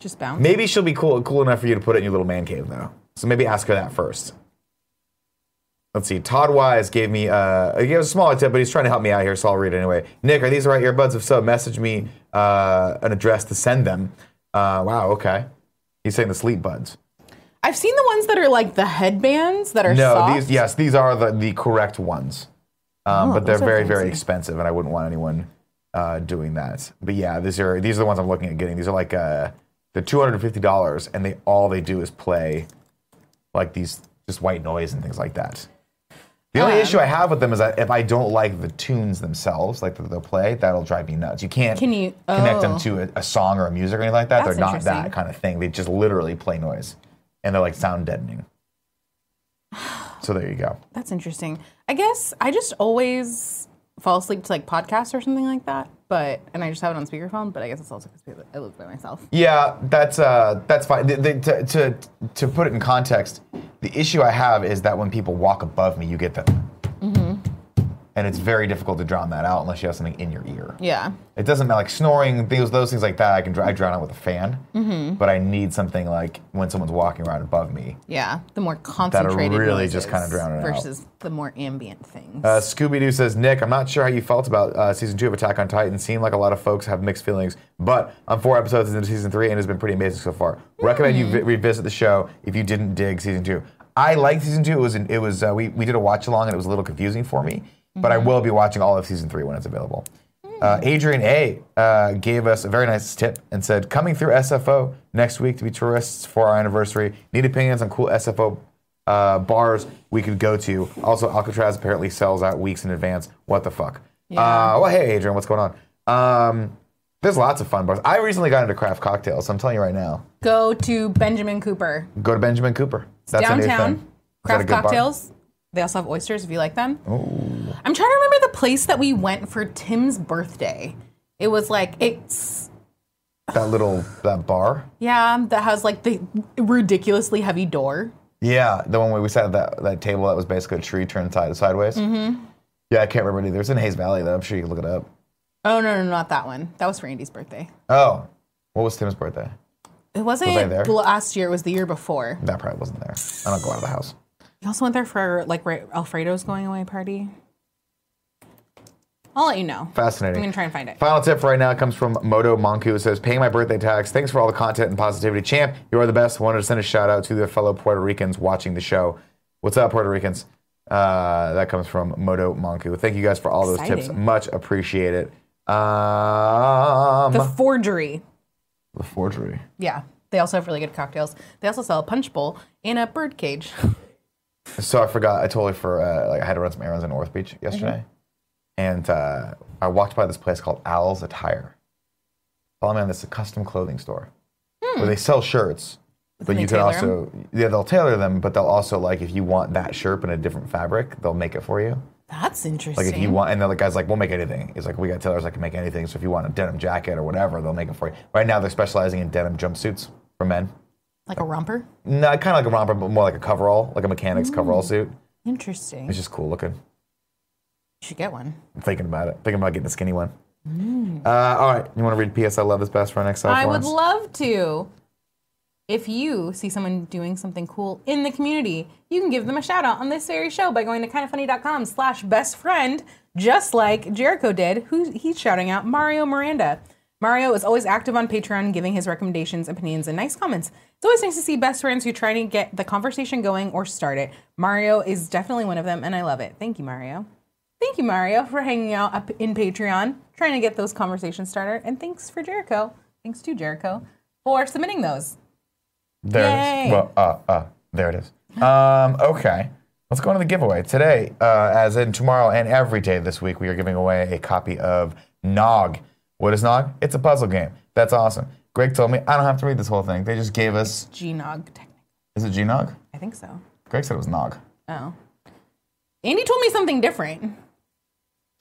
B: Just bounce.
A: Maybe she'll be cool cool enough for you to put it in your little man cave though. So maybe ask her that first. Let's see. Todd Wise gave me uh, he gave us a smaller tip, but he's trying to help me out here, so I'll read it anyway. Nick, are these the right earbuds? If so, message me uh, an address to send them. Uh, wow, okay. He's saying the sleep buds.
B: I've seen the ones that are like the headbands that are
A: No,
B: soft. Oh,
A: these yes, these are the, the correct ones, um, but they're
B: those are
A: very very
B: fancy.
A: expensive, and I wouldn't want anyone uh, doing that. But yeah, these are these are the ones I'm looking at getting. These are like uh, they're two hundred and fifty dollars, and they all they do is play like these just white noise and things like that. The
B: Um,
A: only issue I have with them is that if I don't like the tunes themselves, like that they'll play, that'll drive me nuts. You can't
B: Can you-
A: connect them
B: oh.
A: to a, a song or a music or anything like that.
B: That's
A: they're not that
B: interesting.
A: kind of thing. They just literally play noise, and they're like sound
B: [SIGHS]
A: deadening. So there you go.
B: That's interesting. I guess I just always fall asleep to like podcasts or something like that. But and I just have it on speakerphone. But I guess it's also because I live by myself.
A: Yeah, that's uh, that's fine. The, the, to, to to put it in context, the issue I have is that when people walk above me, you get the,
B: Mm-hmm.
A: and it's very difficult to drown that out unless you have something in your ear.
B: Yeah.
A: It doesn't matter, like snoring, things, those things like that. I can dr- I drown out with a fan,
B: Mm-hmm.
A: but I need something like when someone's walking around above me.
B: Yeah. The more concentrated.
A: really just
B: noises
A: kinda drown it out.
B: Versus the more ambient things.
A: Uh, Scooby Doo says, Nick, I'm not sure how you felt about uh, season two of Attack on Titan. Seemed like a lot of folks have mixed feelings, but I'm four episodes into season three and it's been pretty amazing so far. Recommend you vi- revisit the show if you didn't dig season two. I liked season two. It was an, it was uh, we we did a watch along and it was a little confusing for me, but I will be watching all of season three when it's available. Uh, Adrian A uh, gave us a very nice tip and said, coming through SFO next week to be tourists for our anniversary. Need opinions on cool SFO uh, bars we could go to. Also, Alcatraz apparently sells out weeks in advance. What the fuck? Uh, well, hey, Adrian, what's going on? Um, there's lots of fun bars. I recently got into craft cocktails, so I'm telling you right now.
B: Go to Benjamin Cooper
A: Go to Benjamin Cooper. That's a new
B: downtown.
A: thing. Is that a
B: Craft
A: good bar?
B: cocktails. They also have oysters if you like them. I'm trying to remember the place that we went for Tim's birthday. It was like it's
A: That little that bar.
B: Yeah, that has like the ridiculously heavy door.
A: Yeah, the one where we sat at that, that table that was basically a tree turned side sideways. Mm-hmm. Yeah, I can't remember it either. It's in Hayes Valley, though. I'm sure you can look it up.
B: Oh no, no, not that one. That was for Andy's birthday.
A: Oh, what was Tim's birthday?
B: It wasn't
A: I there?
B: last year. It was the year before.
A: That probably wasn't there. I don't go out of the house.
B: You also went there for like right, Alfredo's going away party. I'll let you know.
A: Fascinating.
B: I'm gonna try and find it.
A: Final tip for right now comes from Moto Monku. It says, paying my birthday tax. Thanks for all the content and positivity. Champ, you are the best. Wanted to send a shout out to the fellow Puerto Ricans watching the show. What's up, Puerto Ricans? Uh, that comes from Moto Monku. Thank you guys for all those tips.
B: Exciting.
A: Much appreciated. Um,
B: The forgery.
A: the forgery.
B: Yeah. They also have really good cocktails. They also sell a punch bowl and a bird cage.
A: So I forgot. I totally for uh, like I had to run some errands in North Beach yesterday, and uh, I walked by this place called Owl's Attire. Oh, Follow me on this custom clothing store where they sell shirts, but
B: they
A: you can
B: tailor
A: also yeah they'll tailor them, but they'll also like if you want that shirt in a different fabric, they'll make it for you.
B: That's interesting.
A: Like if you want, and the other guy's like, we'll make anything. He's like, we got tailors that can make anything. So if you want a denim jacket or whatever, they'll make it for you. Right now they're specializing in denim jumpsuits for men.
B: like a romper?
A: No, kind of like a romper, but more like a coverall, like a mechanic's coverall suit.
B: Interesting.
A: It's
B: You
A: just cool looking.
B: should get one.
A: I'm thinking about it. Thinking about getting a skinny one. Uh, all right, you want to read PS? I love this best friend XL.
B: I would
A: Florence?
B: love to. If you see someone doing something cool in the community, you can give them a shout out on this very show by going to kindoffunny.com slash best friend, just like Jericho did, who he's shouting out Mario Miranda. Mario is always active on Patreon, giving his recommendations, opinions, and nice comments. It's always nice to see best friends who try to get the conversation going or start it. Mario is definitely one of them, and I love it. Thank you, Mario. Thank you, Mario, for hanging out up in Patreon, trying to get those conversations started. And thanks for Jericho. Thanks to Jericho for submitting those.
A: There it
B: Yay.
A: is. Well, uh, uh, there it is. Um, okay, let's go on to the giveaway today, uh, as in tomorrow and every day this week. We are giving away a copy of Nog. What is Nog? It's a puzzle game. That's awesome. Greg told me I don't have to read this whole thing. They just gave us.
B: G-Nog, technically.
A: Is it G Nog?
B: I think so.
A: Greg said it was Nog.
B: Oh. Andy told me something different.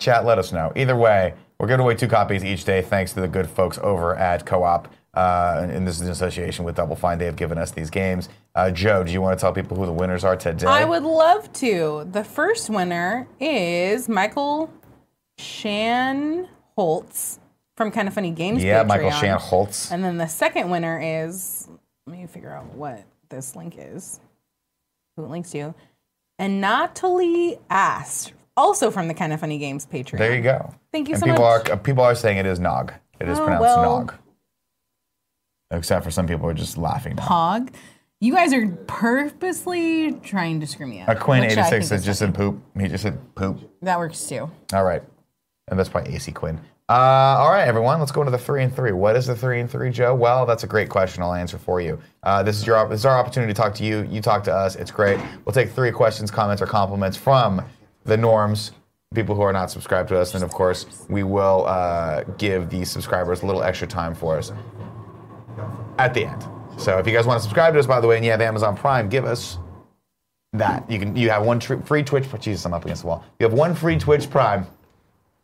A: chat, let us know. Either way, we're giving away two copies each day thanks to the good folks over at Co op. Uh, and- and this is in association with Double Fine. They have given us these games. Uh, Joe, do you want to tell people who the winners are today?
B: I would love to. The first winner is Michael Shan Holtz from Kind of Funny Games.
A: yeah, Michael
B: Patreon.
A: Shan Holtz.
B: And then the second winner is let me figure out what this link is. Who it links to. And Natalie Ast, also from the Kind of Funny Games Patreon.
A: There you go.
B: Thank you
A: and
B: so
A: people
B: much.
A: Are, uh, people are saying it is Nog. It is
B: Oh,
A: pronounced
B: well.
A: Nog. Except for some people are just laughing. now.
B: Hog. You guys are purposely trying to screw me up.
A: Uh, Quinn
B: which I
A: 86
B: think
A: says
B: is-
A: just said poop. He just said poop.
B: that works too.
A: All right. And that's by AC Quinn. Uh, all right, everyone, let's go into the three and three. What is the three and three, Joe? Well, that's a great question. I'll answer for you. Uh, this is your op- this is our opportunity to talk to you. You talk to us. It's great. We'll take three questions, comments, or compliments from the norms, people who are not subscribed to us, and of course, we will uh, give the subscribers a little extra time for us at the end. So if you guys want to subscribe to us, by the way, and you have Amazon Prime, give us that. You can you have one tr- free Twitch. Jesus, I'm up against the wall. You have one free Twitch Prime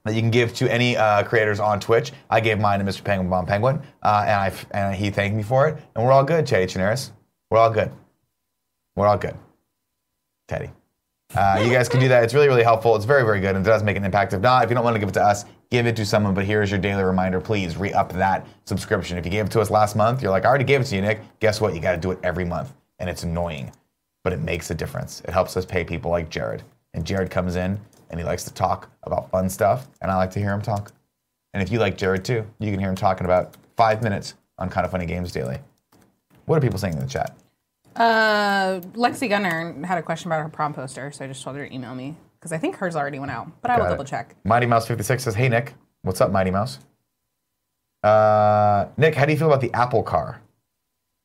A: that you can give to any uh, creators on Twitch. I gave mine to Mr. Penguin Bomb Penguin, uh, and I f- and he thanked me for it. And we're all good, Teddy Chinaris. We're all good. We're all good. Teddy. Uh, you guys can do that. It's really, really helpful. It's very, very good and it does make an impact. If not, if you don't want to give it to us, give it to someone. But here's your daily reminder please re up that subscription. If you gave it to us last month, you're like, I already gave it to you, Nick. Guess what? You got to do it every month. And it's annoying, but it makes a difference. It helps us pay people like Jared. And Jared comes in and he likes to talk about fun stuff, and I like to hear him talk. And if you like Jared too, you can hear him talking about five minutes on Kind of Funny Games Daily. What are people saying in the chat?
B: Uh, Lexi Gunner had a question about her prom poster, so I just told her to email me because I think hers already went out, but I will
A: Got it.
B: double check.
A: Mighty Mouse 56 says, Hey, Nick. What's up, Mighty Mouse? Uh, Nick, how do you feel about the Apple car?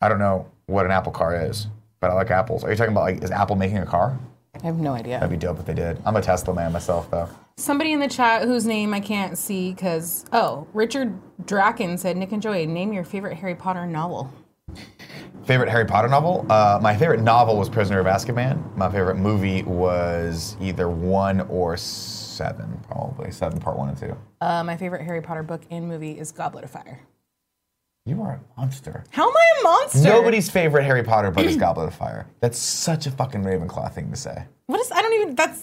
A: I don't know what an Apple car is, but I like apples. Are you talking about, like, is Apple making a car?
B: I have no idea.
A: That'd be dope if they did. I'm a Tesla man myself, though.
B: Somebody in the chat whose name I can't see because oh, Richard Draken said Nick and Joey name your favorite Harry Potter novel.
A: Favorite Harry Potter novel? Uh, my favorite novel was Prisoner of Azkaban. My favorite movie was either one or seven, probably. Seven, part one and two.
B: Uh, my favorite Harry Potter book and movie is Goblet of Fire.
A: You are a monster.
B: How am I a monster?
A: Nobody's favorite Harry Potter book is Goblet of Fire. That's such a fucking Ravenclaw thing to say.
B: What is? I don't even. That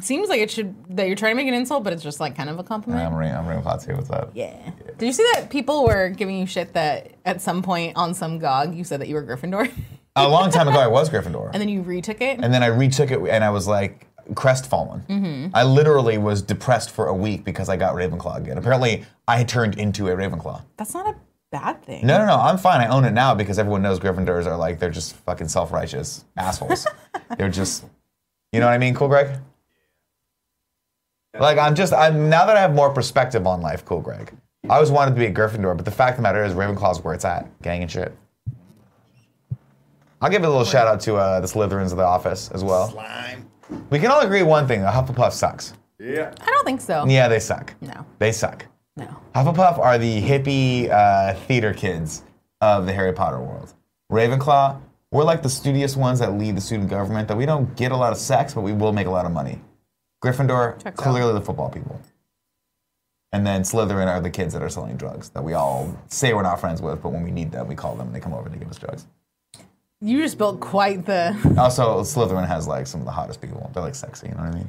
B: seems like it should. That you're trying to make an insult, but it's just like kind of a compliment.
A: I'm, Ra- I'm Ravenclaw too. What's up?
B: yeah. Did you see that people were giving you shit that at some point on some GOG you said that you were Gryffindor, [LAUGHS]
A: A long time ago, I was Gryffindor.
B: and then you retook it?
A: and then I retook it and I was like crestfallen. I literally was depressed for a week because I got Ravenclaw again. Apparently, I had turned into a Ravenclaw.
B: That's not a bad thing.
A: No, no, no. I'm fine. I own it now because everyone knows Gryffindors are like they're just fucking self-righteous assholes. they're just, you know what I mean? Cool, Greg. Like I'm just I'm now that I have more perspective on life. Cool, Greg. I always wanted to be a Gryffindor, but the fact of the matter is Ravenclaw's where it's at, gang and shit. I'll give a little shout out to uh, the Slytherins of the office as well.
E: Slime.
A: We can all agree one thing: a Hufflepuff sucks.
E: Yeah.
B: I don't think so.
A: Yeah, they suck.
B: No.
A: they suck.
B: No.
A: Hufflepuff are the hippie uh, theater kids of the Harry Potter world. Ravenclaw, we're like the studious ones that lead the student government. That we don't get a lot of sex, but we will make a lot of money. Gryffindor,
B: Checks out.
A: clearly the football people. And then Slytherin are the kids that are selling drugs that we all say we're not friends with, but when we need them, we call them and they come over to give us drugs.
B: You just built quite the.
A: Also, Slytherin has like some of the hottest people. They're like sexy, you know what I mean?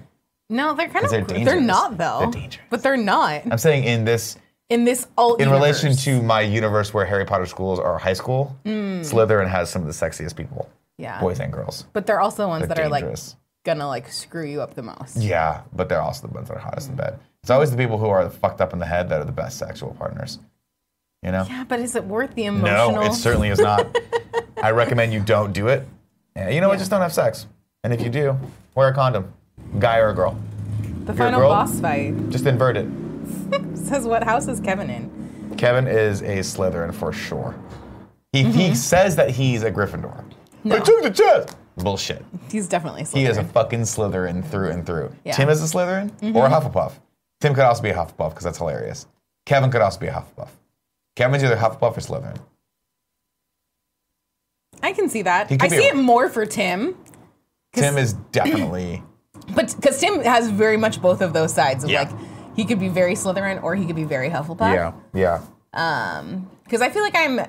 B: No, they're kind of.
A: they're
B: They're,
A: dangerous.
B: not though.
A: They're dangerous.
B: But they're not
A: I'm saying in this
B: in this alt.
A: in relation
B: universe.
A: to my universe where Harry Potter schools are high school, Slytherin has some of the sexiest people.
B: Mm. Yeah.
A: Boys and girls.
B: But they're also the ones that are like
A: dangerous.
B: gonna like screw you up the most.
A: Yeah, but they're also the ones that are hottest in bed. It's always the people who are fucked up in the head that are the best sexual partners. You know?
B: Yeah, but is it worth the emotional?
A: no, it certainly is
B: [LAUGHS]
A: not. I recommend you don't do it. And you know what?
B: Yeah.
A: Just don't have sex. And if you do, wear a condom. Guy or a girl.
B: the final
A: girl.
B: boss fight
A: Just invert it.
B: says what house is Kevin in?
A: Kevin is a Slytherin for sure. He,
B: Mm-hmm.
A: he says that he's a Gryffindor. I took the test. Bullshit.
B: He's definitely. Slytherin.
A: He is a fucking Slytherin through and through.
B: Yeah. Mm-hmm.
A: Tim is a Slytherin or a Hufflepuff. Tim could also be a Hufflepuff because that's hilarious. Kevin could also be a Hufflepuff. Kevin's either Hufflepuff or Slytherin.
B: I can see that.
A: He could
B: I
A: be
B: see
A: a-
B: it more for Tim,
A: Tim is
B: [CLEARS THROAT]
A: definitely.
B: but because Tim has very much both of those sides of
A: Yeah.
B: like he could be very Slytherin or he could be very Hufflepuff.
A: yeah, yeah.
B: Because I feel like I'm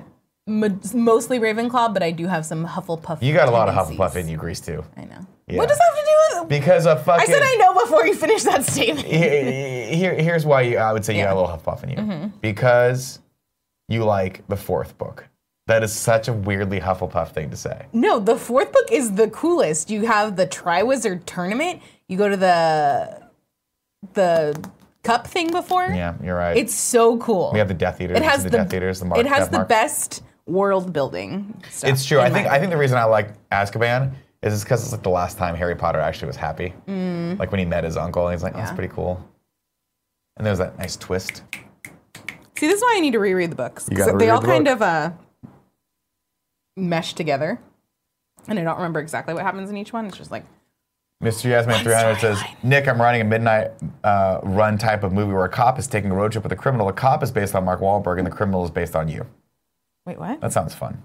B: mo- mostly Ravenclaw, but I do have some Hufflepuff.
A: You got a lot of
B: tendencies.
A: Hufflepuff in you, Grease, too.
B: I know.
A: Yeah.
B: What does that have to do with?
A: Because a
B: I
A: fucking.
B: said I know before you finished that statement.
A: here, here- here's why you, I would say you
B: Yeah. Mm-hmm.
A: got a little Hufflepuff in you. Because you like the fourth book. That is such a weirdly Hufflepuff thing to say.
B: No, the fourth book is the coolest. You have the Triwizard tournament. You go to the the cup thing before.
A: Yeah, you're right.
B: It's so cool.
A: we have the Death Eaters.
B: it has
A: the,
B: the,
A: Death Eaters. The mark,
B: it has
A: Death
B: the
A: mark.
B: best world building. Stuff
A: It's true. I
B: in
A: think
B: my
A: I think the reason I like Azkaban is it's because it's like the last time Harry Potter actually was happy. Like when he met his uncle, and he's like, "Oh, that's
B: Mm. Yeah.
A: pretty cool." And there's that nice twist.
B: See, this is why I need to reread the books
A: You
B: because
A: gotta
B: they
A: reread
B: all
A: the
B: kind
A: book.
B: of uh, mesh together, and I don't remember exactly what happens in each one. It's just like
A: Mr. Yasman 300 says, Nick, I'm writing a midnight uh, run type of movie where a cop is taking a road trip with a criminal. The cop is based on Mark Wahlberg, and the criminal is based on you.
B: wait, what?
A: That sounds fun.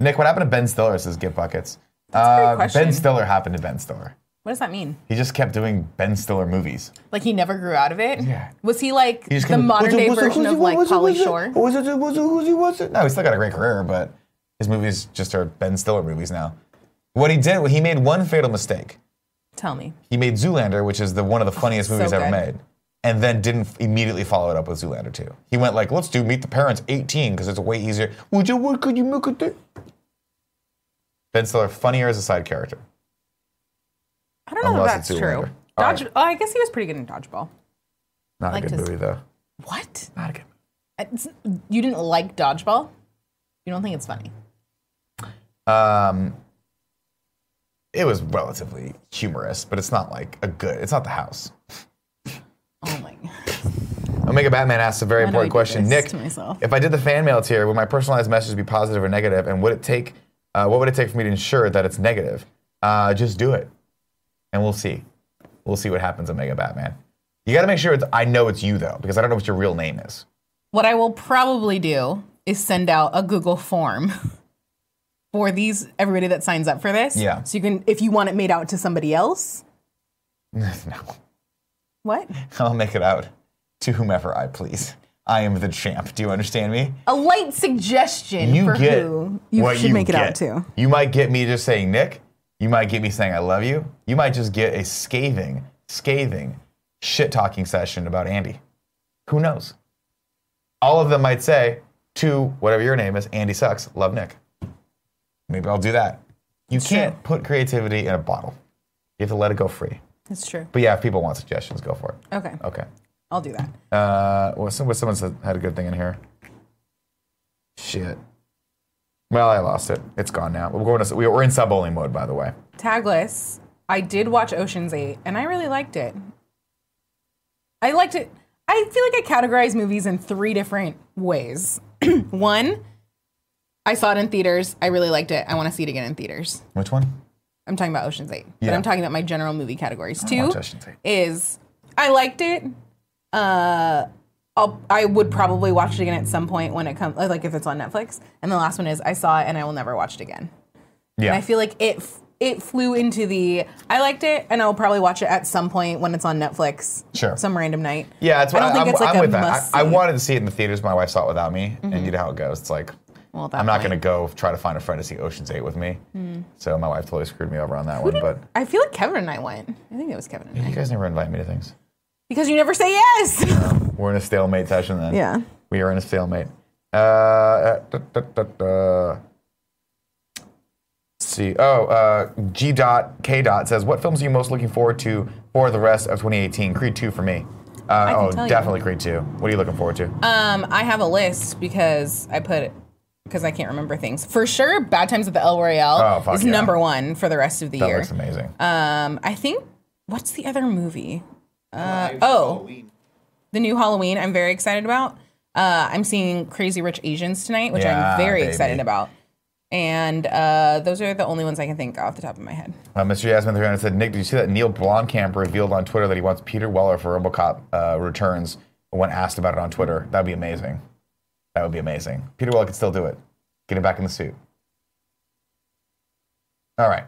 A: Nick, what happened to Ben Stiller? Says Get Buckets.
B: a great
A: Uh,
B: question.
A: ben Stiller happened to Ben Stiller.
B: What does that mean?
A: He just kept doing Ben Stiller movies.
B: Like he never grew out of it.
A: Yeah.
B: Was he like
A: He just
B: the
A: came-
B: modern day version of like Polly Shore?
A: Was it, was it, was it, was it? No, he's still got a great career, but his movies just are Ben Stiller movies now. What he did, he made one fatal mistake.
B: Tell me.
A: He made Zoolander, which is the one of the funniest
B: so
A: movies ever
B: good.
A: made, and then didn't immediately follow it up with Zoolander 2. He went like, let's do Meet the Parents 18 because it's way easier. Would you, what could you make it do? Ben Stiller, funnier as a side character.
B: I don't know if
A: Unless
B: that's
A: it's
B: true.
A: Zoolander. All
B: Dodge. Oh, I guess he was pretty good in dodgeball.
A: Not
B: Like
A: a good
B: his-
A: movie, though.
B: What?
A: Not a good movie.
B: It's- you didn't like dodgeball? You don't think it's funny?
A: Um, it was relatively humorous, but it's not like a good. It's not the house.
B: Oh my god.
A: Omega Batman asks a very
B: Why do I
A: important
B: do
A: question,
B: this
A: Nick.
B: to myself?
A: If I did the fan mail tier, would my personalized message be positive or negative, and would it take? Uh, what would it take for me to ensure that it's negative? Uh, just do it, and we'll see. We'll see what happens, Omega Batman. You got to make sure it's. I know it's you though, because I don't know what your real name is. [LAUGHS]
B: What I will probably do is send out a Google form [LAUGHS] for these everybody that signs up for this.
A: Yeah.
B: So you can, if you want it made out to somebody else,
A: no,
B: what?
A: I'll make it out to whomever I please. I am the champ. Do you understand me?
B: A light suggestion
A: You
B: for
A: get
B: who you
A: what
B: should
A: you
B: make it out
A: get.
B: to.
A: You might get me just saying Nick. You might get me saying I love you. You might just get a scathing, scathing, shit talking session about Andy. Who knows? All of them might say to whatever your name is, Andy sucks. Love Nick. Maybe I'll do that. You can't put creativity in a bottle. You have to let it go free.
B: That's true.
A: But yeah, if people want suggestions, go for it.
B: Okay,
A: Okay.
B: I'll do that.
A: Uh, well, some, someone said, had a good thing in here. Shit. Well, I lost it. It's gone now. We're going to we're in sub only mode, by the way.
B: Tagless. I did watch Ocean's Eight, and I really liked it. I liked it. I feel like I categorize movies in three different ways. [CLEARS THROAT] One, I saw it in theaters. I really liked it. I want to see it again in theaters.
A: Which one?
B: I'm talking about Ocean's Eight,
A: Yeah.
B: but I'm talking about my general movie categories. Two
A: watch Ocean's Eight.
B: is I liked it. Uh, I'll, I would probably watch it again at some point when it comes, like if it's on Netflix. And the last one is I saw it and I will never watch it again.
A: Yeah.
B: And I feel like it f- it flew into the I liked it, and I'll probably watch it at some point when it's on Netflix.
A: Sure.
B: Some random night.
A: yeah, that's
B: I
A: what
B: don't think
A: I'm,
B: it's like
A: I'm
B: a Mm-hmm.
A: with that.
B: must.
A: I, I
B: see.
A: wanted to see it in the theaters. My wife saw it without me, and you know how it goes. It's like
B: Well, at that
A: I'm not going to
B: point.
A: go try to find a friend to see Ocean's Eight with me.
B: Mm.
A: So my wife totally screwed me over on that one. But
B: I feel like Kevin and I went. I think it was Kevin and I.
A: you guys never invite me to things.
B: Because you never say yes. [LAUGHS]
A: We're in a stalemate session then.
B: Yeah.
A: We are in a stalemate. Uh, uh, da, da, da, da. Let's see. Oh, uh, G. Dot K. Dot says, "What films are you most looking forward to for the rest of 2018?" Creed two for me. Uh,
B: can
A: oh,
B: tell you.
A: definitely Creed two. What are you looking forward to?
B: um, I have a list because I put because I can't remember things for sure. Bad Times at the El
A: Oh,
B: Royale
A: fuck
B: is
A: yeah.
B: number one for the rest of the
A: that
B: year.
A: looks amazing.
B: Um, I think what's the other movie? Uh, oh, the new Halloween. I'm very excited about. Uh, I'm seeing Crazy Rich Asians tonight, which
A: Yeah,
B: I'm very
A: baby.
B: excited about. And uh, those are the only ones I can think off the top of my head.
A: Uh, Mr. Yasmin 300 said, Nick, did you see that Neil Blomkamp revealed on Twitter that he wants Peter Weller for RoboCop uh, Returns when asked about it on Twitter? That'd be amazing. That would be amazing. Peter Weller could still do it. Get him back in the suit. All right.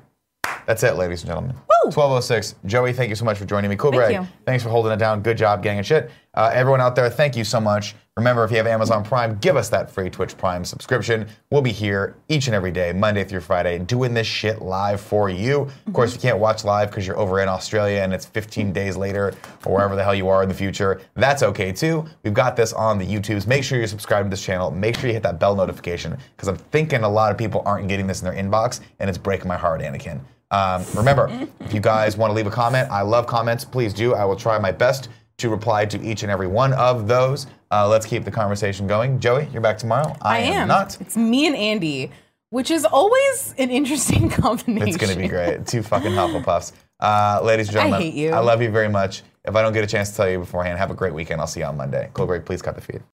A: That's it, ladies and gentlemen.
B: Woo!
A: 1206. Joey, thank you so much for joining me. Cool
B: Thank
A: Greg,
B: you.
A: thanks for holding it down. Good job, gang and shit. Uh, everyone out there, thank you so much. Remember, if you have Amazon Prime, give us that free Twitch Prime subscription. We'll be here each and every day, Monday through Friday, doing this shit live for you. Of course, you can't watch live because you're over in Australia and it's 15 days later or wherever the hell you are in the future. That's okay too. We've got this on the YouTubes. Make sure you're subscribed to this channel. Make sure you hit that bell notification because I'm thinking a lot of people aren't getting this in their inbox and it's breaking my heart, Anakin. Um, remember, if you guys want to leave a comment, I love comments. Please do. I will try my best to reply to each and every one of those. Uh, let's keep the conversation going. Joey, you're back tomorrow. I,
B: [LAUGHS]
A: not.
B: It's me and Andy, which is always an interesting [LAUGHS] combination.
A: It's going to be great. Two fucking Hufflepuffs. Uh, ladies and gentlemen,
B: hate you.
A: I love you very much. If I don't get a chance to tell you beforehand, have a great weekend. I'll see you on Monday. Cool, Greg, please cut the feed.